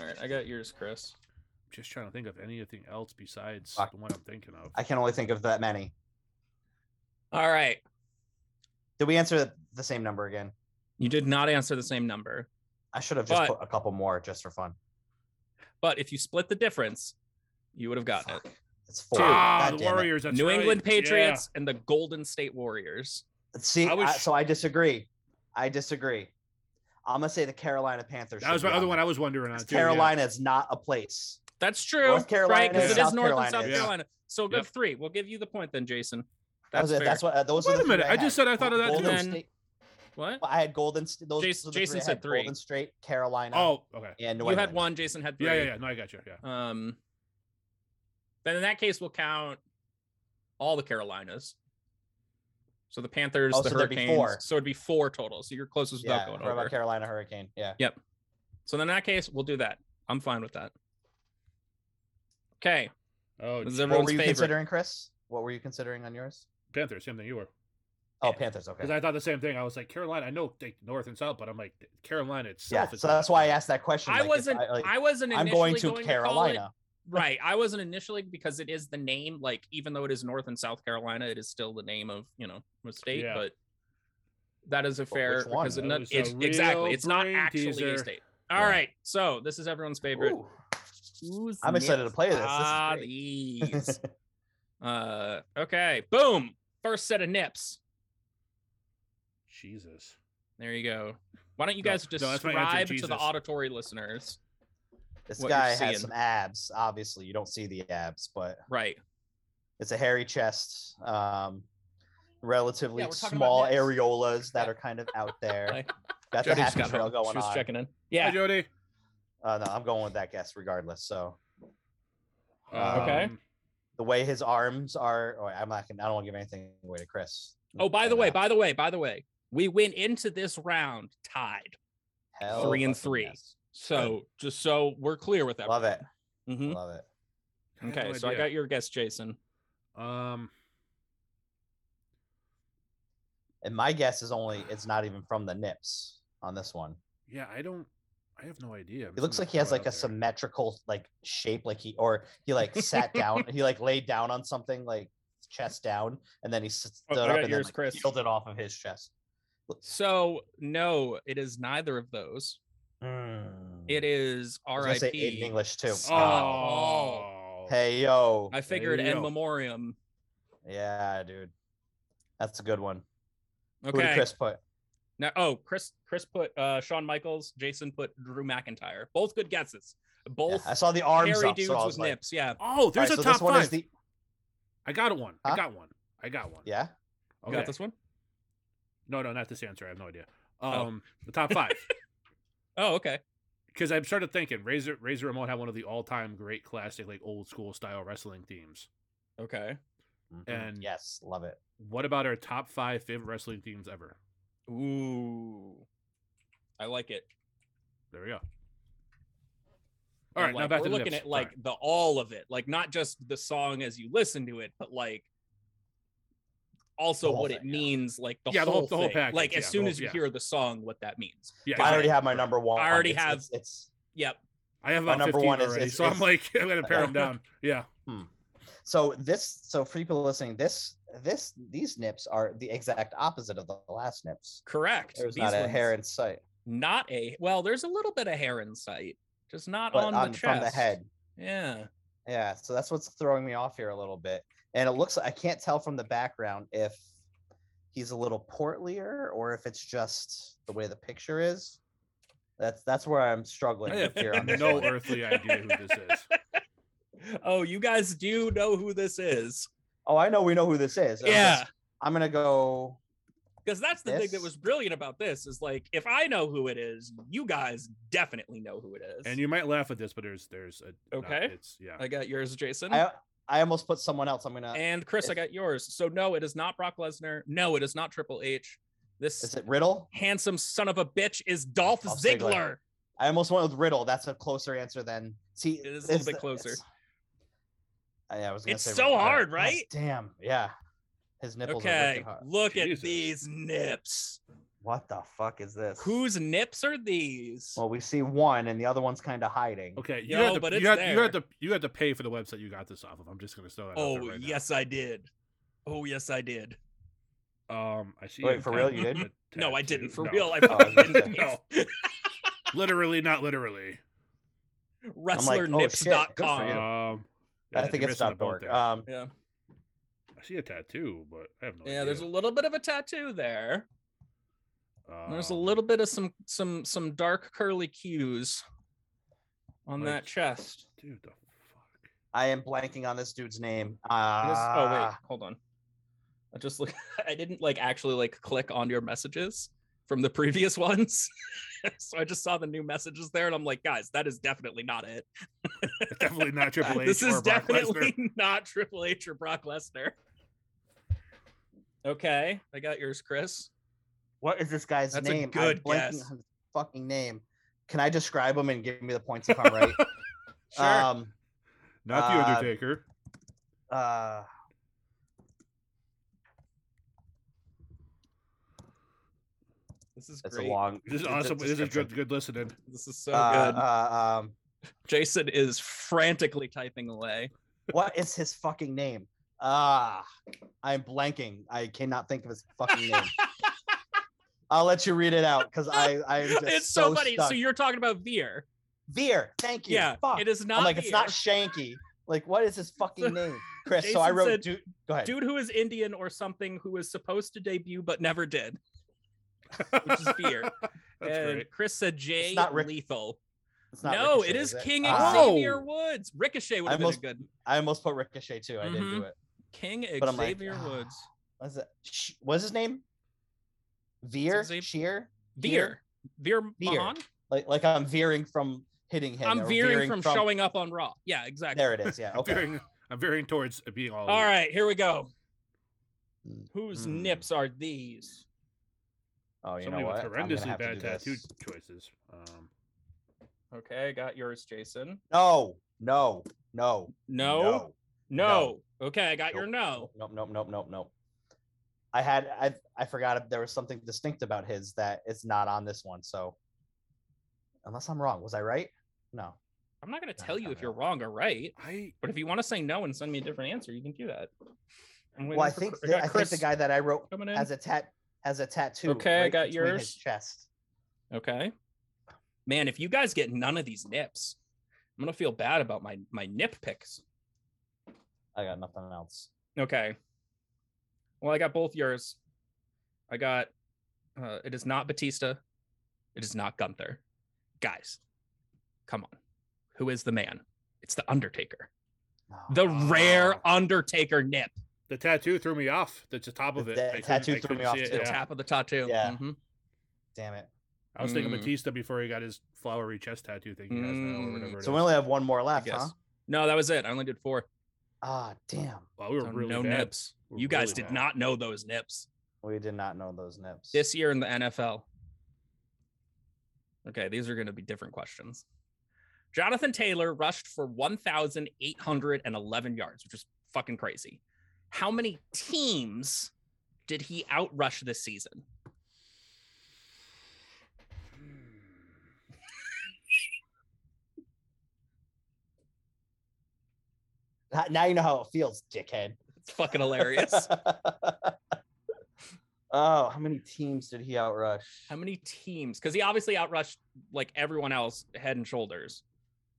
All right, I got yours, Chris.
Just trying to think of anything else besides
Fuck.
the one I'm thinking of. Ah,
I can only think of that many.
All right.
Did we answer the same number again?
You did not answer the same number,
I should have just
But-
put a couple more just for fun.
but if you split the difference, you would have gotten it.
It's four.
ah,
God
the
damn it.
Warriors. That's
New
right.
England
Yeah.
Patriots and the Golden State Warriors.
See,
I was-
I- so I disagree. I disagree. I'm gonna say the Carolina Panthers.
That was
should
my
be
other
on
one.
there.
I was wondering on. too, yeah.
Carolina is not a place.
That's true,
North Carolina
right? Because
and
it is
South
North
Carolina.
and South
Yeah.
Carolina. So good
Yep.
three. We'll give you the point then, Jason.
That was
That's
it.
fair.
that's what. Uh, those
Wait
are
a
the three
minute, I just
had.
said I thought of that
Golden
too. Then-
State,
What?
I had Golden State. Those,
Jason-
those are the
Jason
three I
said
had.
three.
Golden State, Carolina,
Oh, okay.
and New
You had
England.
one. Jason had three.
Yeah, yeah, yeah. No, I got you. Yeah.
Um, then in that case, we'll count all the Carolinas. So the Panthers,
Oh,
the
so there'd be
Hurricanes.
four.
So itd be four total. So you're closest
Yeah,
without going
what
over.
about Carolina Hurricane? Yeah.
So then in that case, we'll do that. I'm fine with that. Okay.
Oh,
This is
What
everyone's
were you
favorite.
considering, Chris? What were you considering on yours?
Panthers. Same thing you were.
Oh,
Yeah.
Panthers. Okay.
Because I thought the same thing. I was like, Carolina. I know like North and South, but I'm like Carolina
yeah.
itself. is
So
not-
that's why I asked that question.
I
like, if
wasn't. I,
like,
wasn't.
I'm
Initially
going to
call it-
Carolina.
right. I wasn't initially because it is the name. Like even though it is North and South Carolina, it is still the name of you know a state.
Yeah.
But that is a
Well,
fair
which one?
because it
That
not-
was a
it's
real
exactly it's not
brain
actually a
teaser.
state. All right.
Yeah.
So this is everyone's favorite.
Ooh.
Who's
I'm excited to play this. This is
Ah,
great.
these. uh, okay. Boom. First set of nips.
Jesus.
There you go. Why don't you
No,
guys
no, that's my answer,
describe to the
Jesus.
auditory listeners?
This
what you're
guy
seeing.
has some abs. Obviously, you don't see the abs, but
Right.
it's a hairy chest. Um, relatively
Yeah, we're talking about
small
nips.
areolas that
Yeah.
are kind of out there.
Right.
That's a
Jody just
happy
got
trail
home.
going
she was
on.
checking in.
Hi,
Yeah.
Jody.
Uh, no, I'm going with that guess regardless. So
Okay.
Um,
the way his arms are, oh, I'm not gonna. I don't want to give anything away to Chris.
Oh, by the
And,
way,
uh,
by the way, by the way, we went into this round tied.
hell
three and
fucking
three.
yes.
So just so we're clear with that.
Love it.
Mhm.
Love it.
had
Okay.
no
so I
idea.
got your guess, Jason.
Um,
And my guess is only it's not even from the nips on this one.
yeah, I don't. I have no idea. I'm
It
just
looks
gonna
like he
throw
has
it
like
out
a
there.
symmetrical like shape, like he or he like sat down, he like laid down on something like chest down, and then he s-
Oh,
stood
I
up
got
and
yours,
then like,
Chris.
peeled it off of his chest.
So no, it is neither of those. It is
Hmm. I was gonna say eight in
R.I.P.
English too.
Oh.
Oh.
Hey yo,
I figured
you
in
go.
memoriam.
yeah, dude, that's a good one. Who did
Okay.
Chris put?
Now, oh, Chris, Chris put uh, Shawn Michaels. Jason put Drew McIntyre. Both good guesses.
Yeah,
Both
I saw the arms
hairy
up,
dudes
so I was
with
like,
nips. Yeah.
Oh,
all
there's
right,
a
so
top
this one
five.
is the
I got one. I
Huh?
got one. I got one.
yeah.
You
Okay.
got this one?
No, no, not this answer. I have no idea.
Oh.
Um, the top five.
Oh, okay.
Because I started thinking, Razor Razor Ramon had one of the all-time great classic, like old school style wrestling themes.
Okay.
Mhm.
And-
yes, love it.
What about our top five favorite wrestling themes ever?
Ooh. I like it.
There we go.
And,
All right,
like,
now back
we're
to the
looking
nips.
at like
Sorry.
the all of it, like not just the song as you listen to it, but like also
whole
what it
thing, yeah.
means, like the
Yeah, the whole-
whole,
the whole
thing.
package,
Like
yeah,
as
the
soon
whole-
as you
yeah.
hear the song, what that means.
yeah,
I already
exactly.
have my number one.
I already
It's-
have-
It's, it's
Yep.
I have
my
about
number
15
one is-
already,
is-
so I'm
is-
like, I'm gonna pare them down. Yeah,
Hmm.
So this, so for people listening, this, this, these nips are the exact opposite of the last nips.
Correct.
There's
These
not a
ones-
hair in sight,
Not a well, there's a little bit of hair in sight, just not
but
on,
on,
the chest.
from the head.
Yeah.
Yeah, so that's what's throwing me off here a little bit. And it looks, I can't tell from the background if he's a little portlier or if it's just the way the picture is. That's that's where I'm struggling
I have
with here. On this
no
one.
earthly idea who this is.
Oh, you guys do know who this is.
Oh, I know we know who this is. I'm just-
Yeah.
I'm gonna go.
Because that's the thing that
This-
was brilliant about this is like if I know who it is, you guys definitely know who it is.
And you might laugh at this, but there's there's a no,
Okay.
it's yeah.
I got yours, Jason.
I I almost put someone else. I'm gonna.
and Chris, I
Uh, if-
got yours. So no, it is not Brock Lesnar. No, it is not Triple H. This
Is it Riddle?
handsome son of a bitch is Dolph
Dolph
Ziggler.
Ziggler. I almost went with Riddle. That's a closer answer than see.
It is a little
it's
bit
the-
closer.
it's- I, I was gonna
It's
say
so
Riddle, but-
hard,
God
right?
damn, yeah. His nipples are
Okay,
wicked hard.
look at
Jesus.
these nips.
What the fuck is this?
Whose nips are these?
Well, we see one, and the other one's kind of hiding.
Okay, you
Yo,
had to,
but
you
it's
had, you had
there.
to you had to pay for the website you got this off of. I'm just gonna throw that. out
oh
there right now.
yes, I did. Oh yes, I did.
Um, I see.
Wait,
a
for real,
tat-
you didn't?
a
No, I
tattoo.
didn't. For
No.
real, I
Oh, I
fucking
was gonna
didn't.
No. literally, not literally.
like, oh, shit, good for
WrestlerNips.com.
you.
Um,
I think it's
not
not Uh,
both
dark.
there.
Um,
Yeah.
I see a tattoo, but I have no.
Yeah, there's a little bit of a tattoo there. There's a
Um,
little bit of some some some dark curly cues on
Like-
that chest.
Dude, the fuck.
I am blanking on this dude's name.
And this-
Uh,
oh
Ah.
wait, hold on. I just look. I didn't like actually like click on your messages from the previous ones, so I just saw the new messages there, and I'm like, guys, that is definitely not it.
It's definitely not Triple H.
this is
or Brock
definitely
Lesnar.
not Triple H or Brock Lesnar. Okay, I got yours, Chris.
What is this guy's
That's a
name?
good
I'm blanking
guess.
on his fucking name. Can I describe him and give me the points if I'm right?
Sure.
Um,
Not the
Uh,
Undertaker.
uh,
this is
it's
great.
a long.
This is
it's a
awesome. This is
description.
good. Good listening.
This is so
Uh,
good.
uh, um,
Jason is frantically typing away.
what is his fucking name? Ah, I'm blanking. I cannot think of his fucking name. I'll let you read it out because I I am just
it's
so
so funny.
Stuck.
So you're talking about Veer.
Veer. Thank you.
Yeah,
Fuck.
it is not.
I'm like, it's
the-
not Shanky. Like, what is his fucking name? Chris. so
Jason
I wrote
said-
dude. Go ahead.
dude who is Indian or something who was supposed to debut but never did. Which is fear.
That's
and
great.
Chris said Jay
It's not Rick-
Lethal.
It's not
No,
Ricochet,
it is, King
Ah,
Oh.
Xavier Woods. Ricochet would
I
have been
almost-
a good
I almost put Ricochet too. I didn't
Mhm.
do it.
King
But I'm like,
Xavier
ah,
Woods.
What's that? Sh- What's his name? Veer.
Xav-
Sheer.
Veer. Veer
Veer.
Mahan.
Like, like I'm veering from hitting him.
I'm
or
veering, from, showing up on Raw. Yeah, exactly.
There it is. Yeah.
I'm
Okay.
veering, I'm veering towards being all.
All right, here we go. Whose
Mm.
nips are these?
Oh, you
Somebody
know what?
with
I'm gonna
horrendously
have to
bad
do this.
tattoo choices. Um,
Okay, I got yours, Jason.
No. No. No.
No. Oh. No.
no. No.
Okay, I got your
Nope.
no.
Nope, nope, nope, nope, nope. I had I I forgot if there was something distinct about his that is not on this one. So unless I'm wrong, was I right? No.
I'm not going to
No,
tell you
no,
if
no.
you're wrong or right.
I
But if you want to say no and send me a different answer, you can do that. I'm waiting
Well, I
for
think
Chr-
the,
got
I think
Chris
the guy that I wrote
coming in.
as a tat as a tattoo.
Okay, I got
between
yours.
His chest.
okay. Man, if you guys get none of these nips, I'm gonna feel bad about my my nip picks.
I got nothing else.
Okay. Well, I got both yours. I got. Uh, it is not Batista. It is not Gunther. Guys, come on. Who is the man? It's the Undertaker.
No.
The rare
Oh.
Undertaker nip.
the tattoo threw me off. That's the top of
The-
it.
the
I couldn't-
tattoo
I
threw
couldn't
me off
see it,
too.
The
yeah.
tap of the tattoo.
Yeah.
Mhm.
damn it.
I was thinking
Mm.
Batista before he got his flowery chest tattoo thing he has now or
Mm.
whatever. it
So we
is.
only have one more left,
Yes.
huh?
No, that was it. I only did four.
Ah, damn.
Wow, we were
So
really
no
bad.
nips.
We're
You guys
really
did
bad.
not know those nips
We did not know those nips.
this year in the NFL. Okay, these are going to be different questions. Jonathan Taylor rushed for 1,811 yards, which is fucking crazy. How many teams did he outrush this season?
Ha- now you know how it feels, dickhead.
It's fucking hilarious.
oh, how many teams did he outrush?
How many teams? Because he obviously outrushed like everyone else head and shoulders.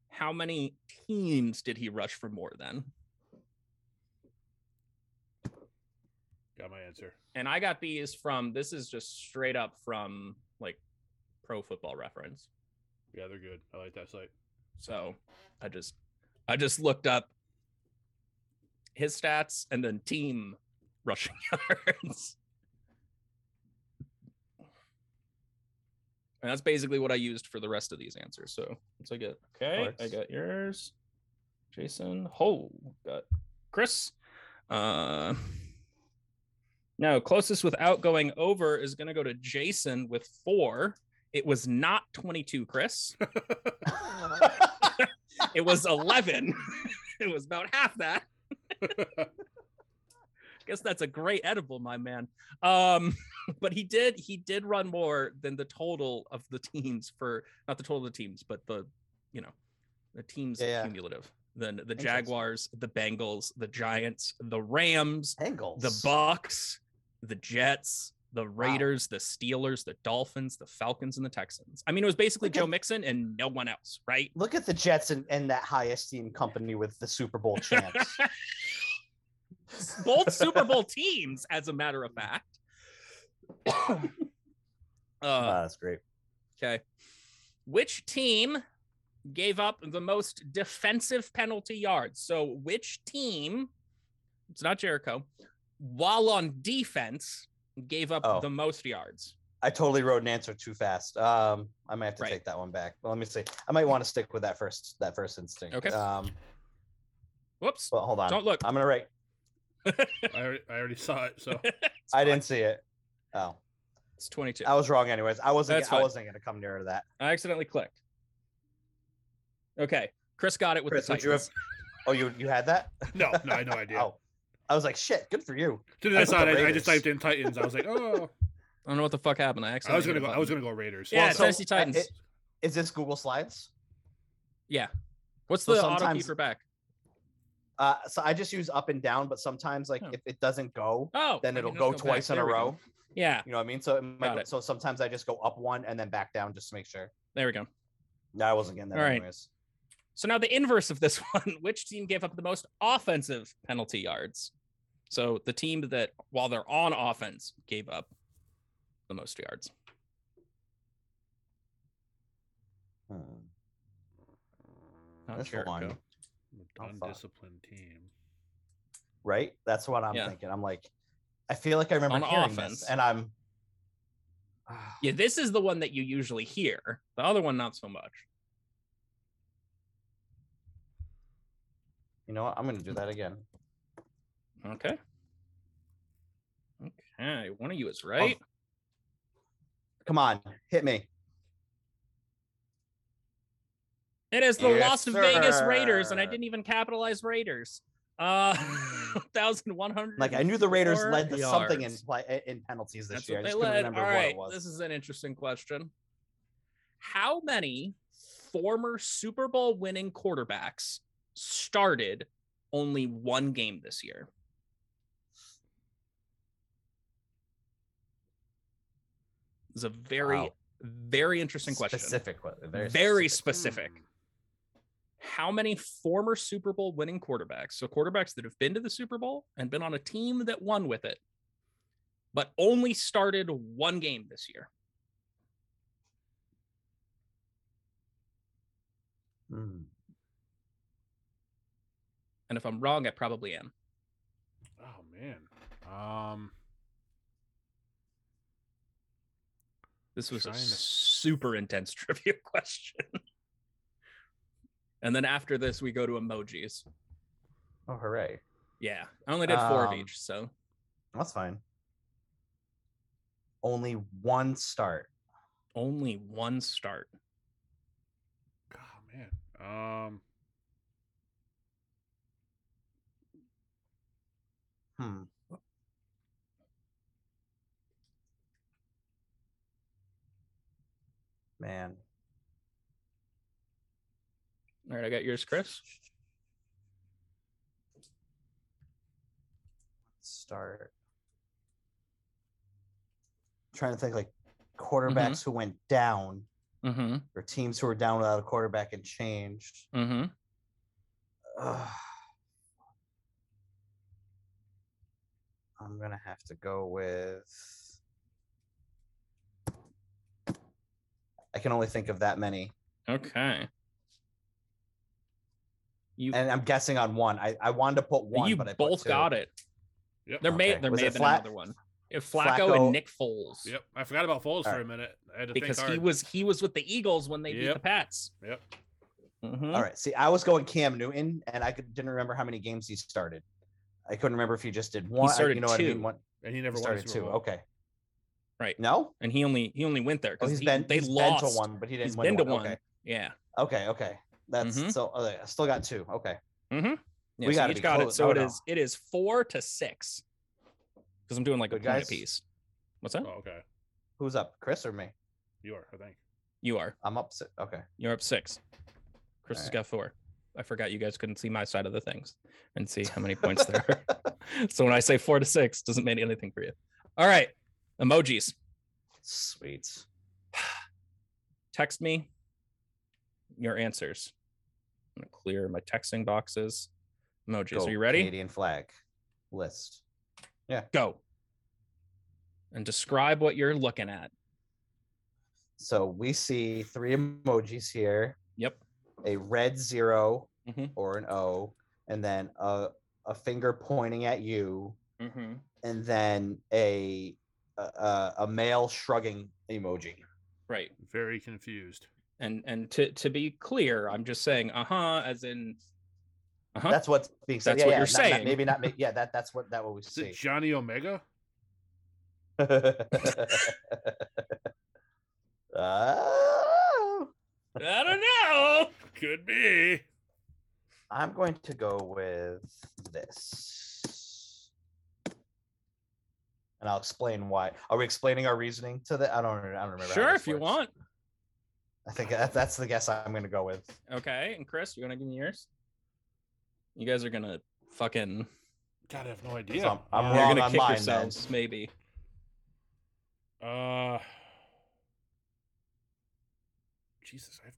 How many teams did he rush for more than?
Got my answer.
and I got these from this is just straight up from like pro football reference.
Yeah, they're good. I like that site.
So I just I just looked up his stats and then team rushing yards. And that's basically what I used for the rest of these answers. So that's I get. Okay. I
Alex.
got yours. Jason. Ho got Chris. Uh no, closest without going over is gonna go to Jason with four. It was not 22, Chris. It was 11. it was about half that. Guess that's a great edible, my man. Um, but he did he did run more than the total of the teams for not the total of the teams, but the you know the teams
Yeah, yeah.
cumulative. Then the
sense.
Jaguars, the Bengals, the Giants, the Rams,
Angles.
the Bucks, the Jets, the Raiders, the Steelers, the Dolphins, the Falcons, and the Texans. I mean, it was basically
Look at-
Joe Mixon and no one else, right?
Look at the Jets and, and that high esteem company with the Super Bowl
Uh,
champs.
both Super Bowl teams, as a matter of fact. uh,
Ah, that's great.
okay. Which team gave up the most defensive penalty yards? So, which team, it's not Jericho, while on defense, gave up
Oh.
the most yards?
I totally wrote an answer too fast. Um, I might have to
Right.
take that one back. Well, let me see. I might want to stick with that first that first instinct.
Okay.
Um,
Whoops.
but hold on.
Don't look.
I'm gonna write.
I already, I already saw it. So
It's
I
fine.
didn't see it. Oh,
It's 22.
I was wrong. Anyways, I wasn't.
That's
I
fine.
wasn't gonna come near to that.
I accidentally clicked. Okay. Chris got it with
Chris,
the
would you have?
Titans.
Oh, you you had that?
no, no, I had no idea.
Oh, I was like, shit. Good for you.
As soon as I
I
saw
put the
it, I, I just
Raiders.
typed in Titans. I was like, oh,
I don't know what the fuck happened. I
I
accidentally
was gonna
hit
go.
a
I was
button.
gonna go Raiders.
Yeah,
Well, so- uh,
Tennessee Titans.
it- Is this Google Slides?
What's
so
the auto
sometimes-
keeper back?
Uh, so I just use up and down, but sometimes like
Oh.
if it doesn't go,
Oh,
then
I
it'll
can
go
just
twice
back.
in
There
a
we go.
row.
Yeah,
You know what I mean? So it might
Got
go-
it.
so sometimes I just go up one and then back down just to make sure.
there we go.
No, I wasn't getting that
All right.
anyways.
So now the inverse of this one, which team gave up the most offensive penalty yards? So the team that while they're on offense gave up the most yards.
Hmm.
Not
That's the
Jericho.
one. Oh, fuck.
Undisciplined team.
Right? That's what I'm
Yeah.
thinking. I'm like, I feel like I remember
On
hearing
offense.
this, and I'm.
Yeah, this is the one that you usually hear. The other one not so much.
You know what? I'm gonna do that again.
Okay. Okay, one of you
Oh,
is right.
Come on, hit me.
It is the Las
Yes,
Vegas Raiders, and I
sir. Hmm.
didn't even capitalize Raiders. Uh, thousand one hundred.
Like I knew the Raiders led to something in
yards.
play in penalties this
That's
year.
what
I
they
just couldn't
led. All
remember what
right,
it was.
this is an interesting question. How many former Super Bowl winning quarterbacks started only one game this year? It's a very,
Wow.
very interesting question.
Specific, que- very,
Very
specific.
specific. How many former Super Bowl winning quarterbacks, so quarterbacks that have been to the Super Bowl and been on a team that won with it, but only started one game this year?
Hmm.
And if I'm wrong, I probably am.
Oh man. Um.
This was a
Trying to-
super intense trivia question. and then after this, we go to emojis.
Oh, hooray!
Yeah, I only did four of
Um,
each. So
That's fine. Only one start.
only one start.
God, man. Um.
Hmm. Man,
All right, I got yours, Chris.
start. Trying to think like quarterbacks
Mm-hmm.
who went down
Mm
or teams who were down without a quarterback and changed.
hmm. Mm hmm.
Ugh. I'm gonna have to go with. I can only think of that many,
Okay. You
and I'm guessing on one. I, I wanted to put one,
you
but I
both got it.
Yep.
There may
Okay.
there
Was
may
it
have been
Fla-
another one. If Flacco, and
Flacco-
Nick Foles,
Yep. I forgot about Foles for a
Alright.
minute. I had to
because
think
he
hard.
was he was with the Eagles when they beat
Yep.
the Pats.
Yep.
Mhm.
All right. See, I was going Cam Newton, and I could, didn't remember how many games he started. I couldn't remember if he just did one. I-
started
you know What I
two.
mean? One,
and he
he
never won a
started
Super
two.
Bowl.
Okay.
Right.
No.
And he only he only went there
Oh,
because
he's been
they
he's
lost.
been to one, but he didn't
He's
win
been to one.
Okay.
Yeah.
Okay. Okay. That's
Mhm.
so. okay, I still got two. Okay.
Mm-hmm. Yeah,
We
so
gotta
each
be
got it.
close.
So
Oh,
it
no.
is it is four to six. Because I'm doing like a
Good
point
guys.
apiece. What's that?
Oh, okay.
Who's up, Chris or me?
You are, I think.
You are.
I'm up. si- Okay.
You're up six. Chris has
Alright.
got four. I forgot you guys couldn't see my side of the things and see how many points there are. so when I say four to six, doesn't mean anything for you. All right. Emojis.
Sweet.
Text me your answers. I'm gonna clear my texting boxes. Emojis.
Go,
are you ready?
Canadian flag list.
Go. And describe what you're looking at.
So we see three emojis here:
Yep.
a red 0
Mhm.
or an O, and then a a finger pointing at you,
Mm-hmm.
and then a a- a, a male shrugging emoji.
Right.
Very confused.
and and to to be clear i'm just saying uh-huh as in uh-huh
That's what's being said.
That's
yeah,
what
yeah,
you're
not- not-
saying.
maybe not. ma- Yeah, that that's what that what we
Is it
see.
Johnny Omega?
Oh.
i don't know
Could be.
I'm going to go with this. And I'll explain why. Are we explaining our reasoning to the? I don't. I don't remember. how
sure
this
if you
works.
want
I think that, that's the guess I'm going to go with.
okay and chris you want to give me yours you guys are gonna fucking
God, I have no
'Cause
idea.
I'm, I'm
Uh,
you're
wrong
gonna
on
kick
mine. then.
yourselves maybe
Uh, Jesus, I've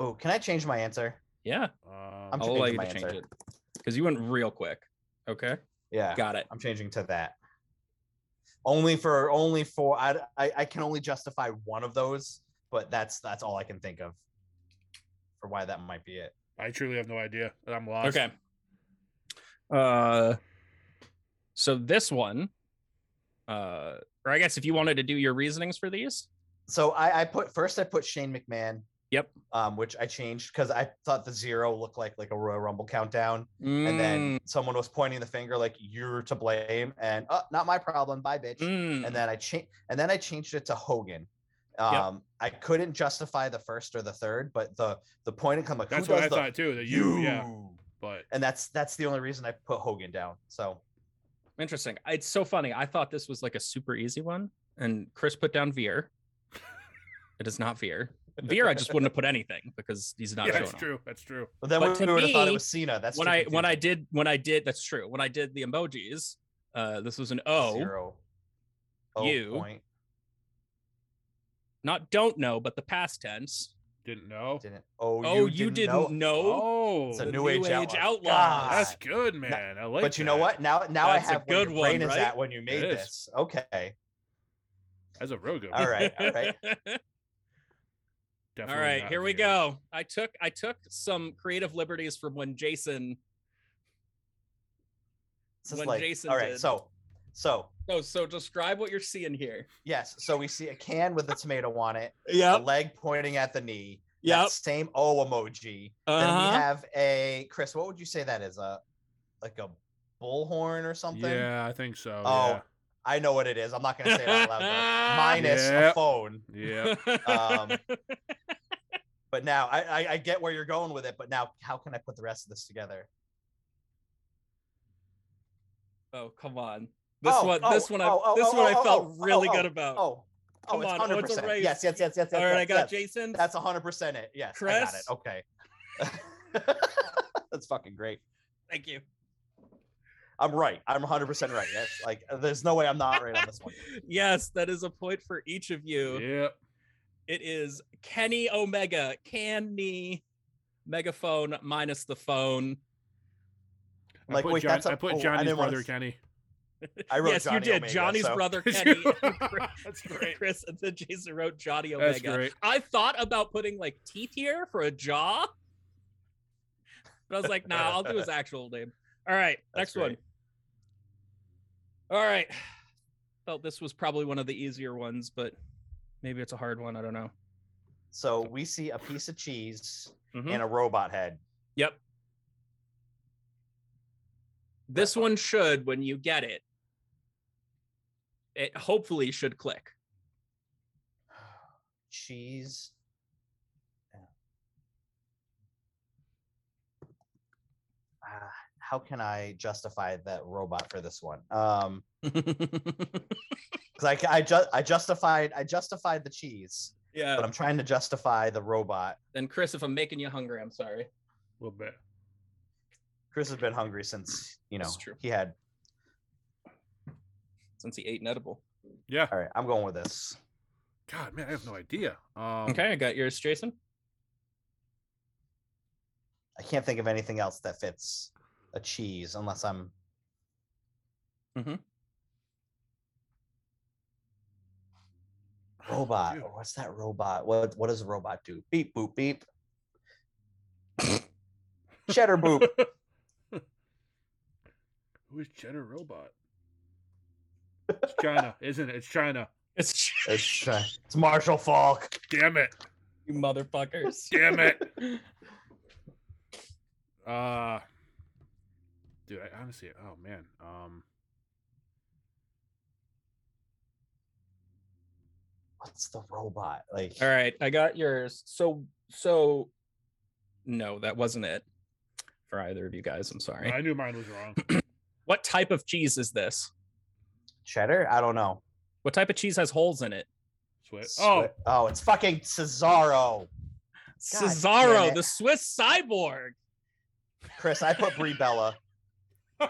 Oh, can I change my answer?
Yeah,
Um,
I'm
I'll
changing
allow you
my
to change
answer.
it because you went real quick. Okay,
Yeah,
got it.
I'm changing to that. Only for only for I, I I can only justify one of those, but that's that's all I can think of for why that might be it.
I truly have no idea. I'm lost.
Okay. Uh, so this one, uh, or I guess if you wanted to do your reasonings for these,
So I, I put first I put Shane McMahon.
Yep.
Um, which I changed because I thought the zero looked like like a Royal Rumble countdown, and
Mm.
then someone was pointing the finger like you're to blame, and oh, not my problem. Bye, bitch.
Mm, mm.
and then I changed and then I changed it to Hogan.
Yep.
Um, I couldn't justify the first or the third, but the the point and come like who
That's what
does
I
the
thought too. That you, yeah,
you?
but
and that's that's the only reason I put Hogan down. So
interesting. It's so funny. I thought this was like a super easy one, and Chris put down Veer. It is not Veer. Veer, I just wouldn't have put anything because he's not.
yeah,
showing
that's
up.
true. That's true.
but then
But
we,
to
would have thought it
me,
was Cena. That's
when
too
I when I
confusing.
did when I did that's true. When I did the emojis, uh, this was an O,
Zero. Oh,
you.
point.
not don't know, but the past tense.
Didn't know.
didn't. Oh,
oh, you didn't, know.
Oh,
It's a
The
new, age, outlaw.
Outlaws.
that's
God.
good, man. I like.
but you know
that.
what? Now now
That's a
I have
good
good
one,
where your brain
right?
is at when you made
is.
this. Okay.
That's a real good.
All
one.
right, all right.
all
Definitely
right.
not
Here we
Veer.
go. I took I took some creative liberties from when Jason.
This is
When
like
Jason
all right.
did-
So so
So oh, so describe what you're seeing here.
yes. So we see a can with a tomato on it.
Yeah.
a leg pointing at the knee.
Yep.
That same O emoji. Then we
Uh-huh.
have a Chris. What would you say that is? A like a bullhorn or something?
Yeah, I think so.
Oh, I know what it is. I'm not gonna say it out loud. Though. Minus a
Yep.
phone.
yeah. yeah.
Um, but now I, I I get where you're going with it. But now how can I put the rest of this together?
oh come on. This
Oh,
one
oh,
this one I
oh, oh,
this
oh,
one I
oh,
felt
oh, oh,
really
oh,
good about.
Oh,
Come
oh, it's
on. Oh,
hundred
it's a
percent.
race.
Yes, yes, yes, yes.
All
yes,
right, I got
yes.
Jason.
That's hundred percent it. Yes, I got it.
Chris?
Okay. That's fucking great.
Thank you.
I'm right. I'm 100% right. Yes. Like, there's no way I'm not right on this one.
Yes, that is a point for each of you.
Yep.
It is Kenny Omega, Kenny megaphone minus the phone.
I
Like,
put,
wait,
John,
that's a-
I put
oh, I
Johnny's
didn't wanna
brother
s-
Kenny.
I wrote
yes,
Johnny
you did.
Omega,
Johnny's
so-
brother Kenny. and Chris-
that's great.
Chris and then Jason wrote Johnny
That's
Omega.
great.
I thought about putting like T tier for a jaw, but I was like, nah, I'll do his actual name. All right, next
That's
one. All right, felt this was probably one of the easier ones, but maybe it's a hard one. I don't know.
So we see a piece of cheese
Mhm.
and a robot head.
Yep. This one should, when you get it, it hopefully should click.
Cheese. Ah, how can I justify that robot for this one? Um, because I, ca- I just I justified I justified the cheese, but
yeah.
I'm trying to justify the robot.
And Chris, if I'm making you hungry, I'm sorry.
A little bit.
Chris has been hungry since you know
That's true.
he had.
Since he ate an edible.
Yeah.
All right, I'm going with this.
God, man, I have no idea. Um,
Okay, I got yours, Jason.
I can't think of anything else that fits a cheese unless I'm.
Mhm.
Robot.
Dude.
Oh, what's that robot? What What does a robot do? Beep boop beep. Cheddar boop.
Who is Cheddar Robot? It's China, isn't it? It's China.
It's
It's, uh, it's Marshall Falk.
Damn it.
you motherfuckers.
Damn it. Uh dude, I honestly oh man. Um
What's the robot like?
All right, I got yours. So so no, that wasn't it for either of you guys. I'm sorry.
I knew mine was wrong.
What type of cheese is this?
Cheddar? I don't know.
What type of cheese has holes in it?
Sweat. Oh,
Swi- oh, it's fucking Cesaro. God damn
Cesaro,
it.
the Swiss cyborg.
Chris, I put Brie Bella.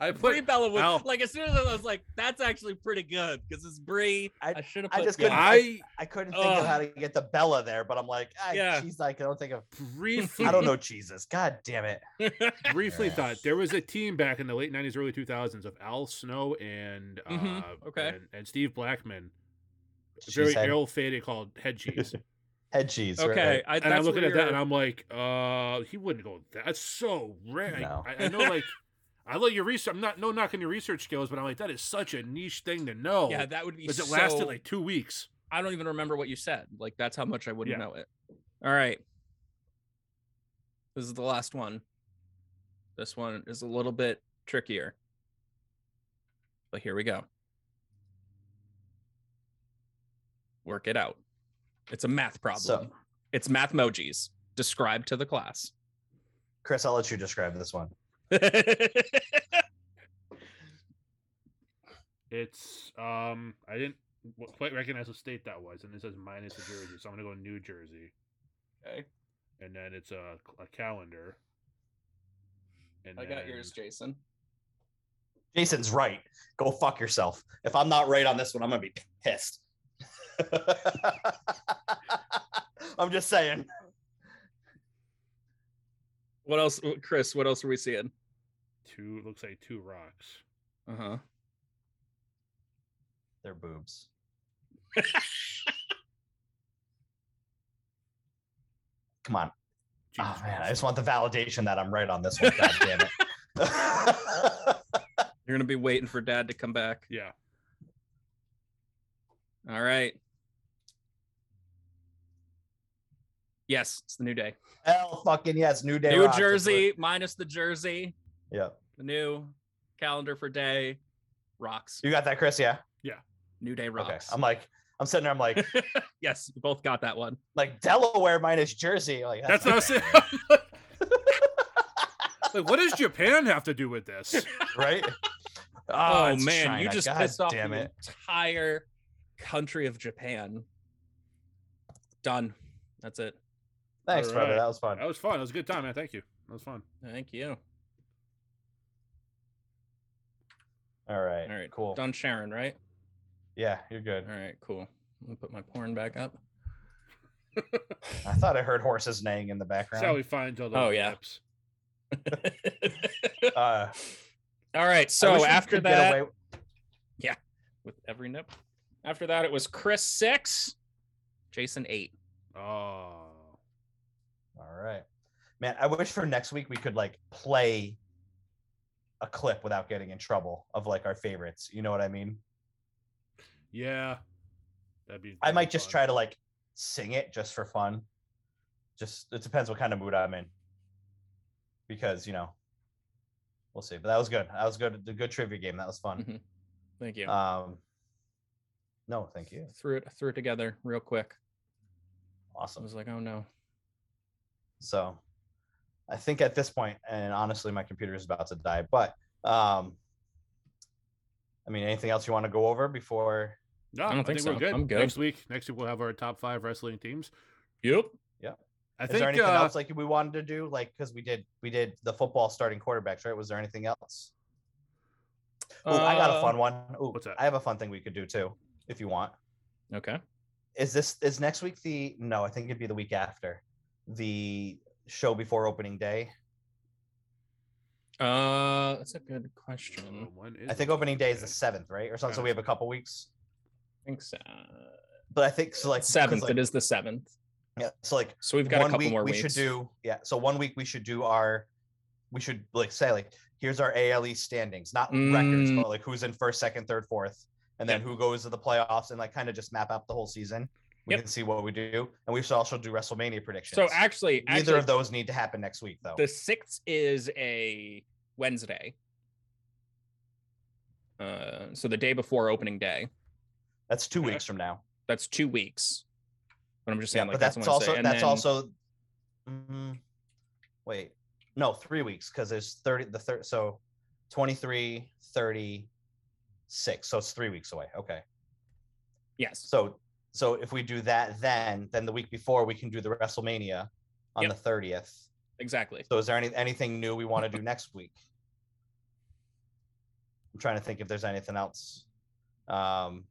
I
Brie
put.
Bella was
Al.
like as soon as I was like, that's actually pretty good because it's Brie. I,
I-
should have.
I
put
just
good.
couldn't-
I
I couldn't think of how to get the Bella there, but I'm like, I,
Yeah.
she's like, I don't think of.
briefly,
I don't know Jesus. God damn it.
briefly
Yeah.
thought there was a team back in the late '90s, early 2000s of Al Snow and uh,
Mhm, okay.
and, and Steve Blackman,
Cheese
very
head,
ill fated, called Head Cheese.
head cheese. right,
okay,
right.
I,
and I'm
that's
looking
what
at that
you're-
and I'm like, uh, he wouldn't go. That's so rare. I-
No.
I, I know, like, I love your research. I'm not no knocking your research skills, but I'm like, that is such a niche thing to know.
yeah, that would be.
because oh, it
so-
lasted like two weeks.
I don't even remember what you said. Like that's how much I wouldn't
Yeah.
know it. All right. This is the last one. This one is a little bit trickier. But here we go. Work it out. It's a math problem.
So-
it's math emojis. Describe to the class.
Chris, I'll let you describe this one.
It's um, I didn't w- quite recognize what state that was, and it says minus the Jersey, so I'm gonna go New Jersey.
Okay.
And then it's a, a calendar. And then-
Jason.
Jason's right. Go fuck yourself. If I'm not right on this one, I'm gonna be pissed. I'm just saying.
What else, Chris? What else are we seeing?
Two looks like two rocks.
Uh huh.
They're boobs. Come on. Oh
Jesus
man, I
Christ.
just want the validation that I'm right on this one. God damn it.
You're gonna be waiting for Dad to come back.
yeah.
All right. Yes, it's the new day.
Hell fucking yes, New Day.
new
rocks.
jersey minus the jersey.
Yep.
The new calendar for day rocks.
You got that, Chris? Yeah.
New day
Okay.
rocks.
I'm like, I'm sitting there, I'm like,
yes, you both got that one.
like Delaware minus Jersey. Like
That's what I was saying. like, what does Japan have to do with this?
right. Ah,
Oh,
it's
man, you
China.
just
God
pissed off
damn
the
it.
entire country of Japan. Done. That's it.
Thanks,
All
brother.
right.
That was fun.
That was fun. That was a good time, man. Thank you. That was fun.
Thank you.
All right.
All right,
Cool.
Done, Sharon. Right.
Yeah, you're good.
All right. Cool. Let me put my porn back up.
I thought I heard horses neighing in the
Shall we
background.
find all the
Oh, yeah.
apps?
Uh, I
All right.
wish
So
we
after
could get
that,
away-
with every nip. After that, it was Chris six, Jason eight.
Oh,
all right, man. I wish for next week we could like play a clip without getting in trouble of like our favorites. You know what I mean?
yeah. That'd be.
I
that'd
might
be
just
fun.
try to like sing it just for fun. Just it depends what kind of mood I'm in. Because, you know, we'll see. But that was good. That was good. The good trivia game. That was fun.
Mhm. Thank you.
Um No, thank you.
Threw it threw it together real quick. I
Awesome.
was like, oh no.
So I think at this point, and honestly my computer is about to die, but um I mean anything else you want to go over before
No,
I don't think
we're
so.
good.
I'm good.
Next week, next week we'll have our top five wrestling teams.
Yep.
I
is
think.
there anything
uh,
else like we wanted to do? Like because we did we did the football starting quarterbacks, right? Was there anything else? Ooh, I got a fun one. Ooh,
Uh, what's that?
I have a fun thing we could do too, if you want.
Okay.
Is this is next week the no, I think it'd be the week after the show before opening day.
Uh, that's a good
uh,
question.
when is
I think
it?
opening day is the
Okay.
seventh, right? Or something. So we have a couple weeks.
I think so.
But I think so like 'cause,
Seventh.
Like,
it is the seventh.
yeah, so like
So we've got a
one
couple
week
more
we
weeks.
should do yeah. So one week we should do our we should like say like here's our ALE standings, not records,
Mm.
but like who's in first, second, third, fourth, and then
Yep.
who goes to the playoffs and like kind of just map out the whole season. We
Yep.
can see what we do. And we should also do WrestleMania predictions.
So actually,
Neither
actually,
of those need to happen next week, though.
the sixth is a Wednesday. Uh, so the day before opening day.
That's two
uh,
Okay.
weeks from now.
That's two weeks. But I'm just saying,
yeah,
like
but that's,
that's Wednesday,
also
and
that's
then-
also. Mm, wait, no, three weeks because there's thirty the third so, 23, 36. So it's three weeks away. Okay,
yes.
so so if we do that, then then the week before we can do the WrestleMania on
Yep.
the thirtieth.
Exactly.
So is there any anything new we want to do next week? I'm trying to think if there's anything else. Um,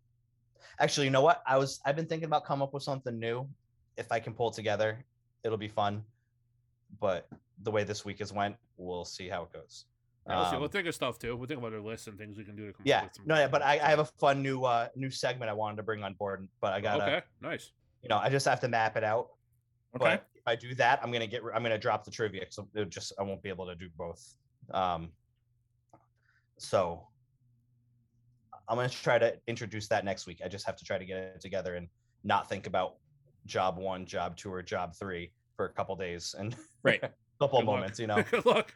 actually, you know what? I was I've been thinking about come up with something new. If I can pull it together, it'll be fun. But the way this week has went, we'll see how it goes.
Yeah, we'll, see.
Um,
we'll think of stuff too. We'll think about our lists and things we can do to come up
yeah,
with some-
no, yeah, but I, I have a fun new uh new segment I wanted to bring on board, but I gotta
Okay, nice.
you know I just have to map it out.
Okay.
But if I do that, I'm gonna get I'm gonna drop the trivia, so it just I won't be able to do both. Um, so I'm gonna try to introduce that next week. I just have to try to get it together and not think about job one, job two, or job three for a couple days and
Right.
couple
Good luck.
moments, you know
Good luck.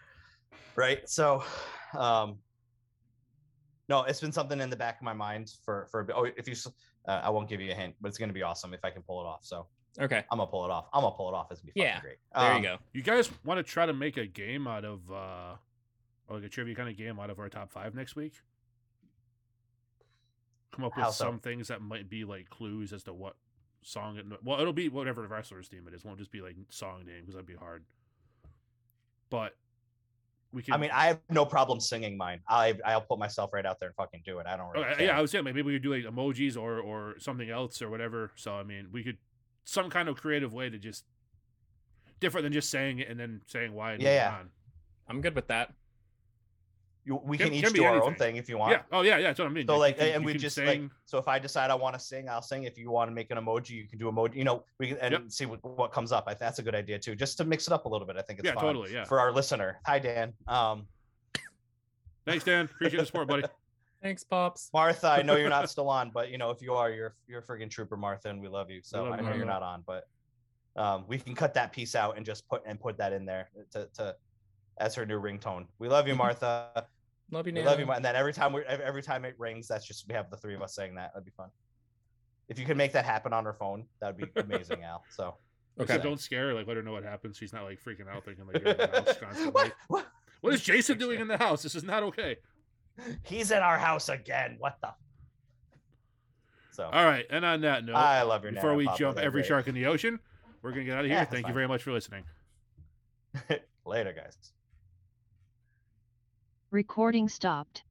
right so um no it's been something in the back of my mind for for a bit. oh if you s- uh, i won't give you a hint but it's going to be awesome if i can pull it off so
Okay.
i'm gonna pull it off i'm gonna pull it off it's gonna be fucking
Yeah,
great
There
Um,
you go.
You guys want to try to make a game out of uh like a trivia kind of game out of our top five next week? Come up with
How so?
some things that might be like clues as to what song it well it'll be whatever wrestler's theme it is. It won't just be like song name because that'd be hard. But we can
i mean i have no problem singing mine i i'll put myself right out there and fucking do it i don't really
Okay,
care.
yeah, Oh, I was saying like, maybe we could do like emojis or or something else or whatever. So I mean, we could some kind of creative way to just different than just saying it and then saying why. And
Yeah,
moving
yeah.
on.
I'm good with that.
You- we
Can-
can, each
can be
do our own
anything.
thing if you want
yeah. Oh yeah, yeah. That's what I mean.
so
you
like
can-
and
you
we
can
just
sing-
like so if i decide i want to sing i'll sing if you want to make an emoji you can do emoji you know we can and
Yep.
see what, what comes up I, that's a good idea too just to mix it up a little bit i think it's
yeah,
fun
totally. Yeah.
for our listener hi dan um
Thanks, Dan. Appreciate the support, buddy.
Thanks, Pops.
Martha, I know you're not still on, but you know if you are, you're you're a friggin' trooper, Martha, and we love you. So
love
I
you,
know you're
Martha.
not on, but um, we can cut that piece out and just put and put that in there to, to as her new ringtone. We love you,
Mhm.
Martha.
Love you,
we
Nana.
love you, Mar- and then every time we ev- every time it rings, that's just we have the three of us saying that. That'd be fun. If you could make that happen on her phone, that'd be amazing, Al. So
So
Okay.
don't scare her. Like, let her know what happens. She's not like freaking out, thinking like you're in the house constantly.
what? what?
What is Jason doing in the house? This is not okay.
He's in our house again. What the? So
All right. And on that note,
I love your
before
Nana,
we
Papa,
jump
they're
every
great.
shark in the ocean, we're gonna get out of here.
Yeah, that's
Thank you
fine.
very much for listening.
later, guys.
Recording stopped.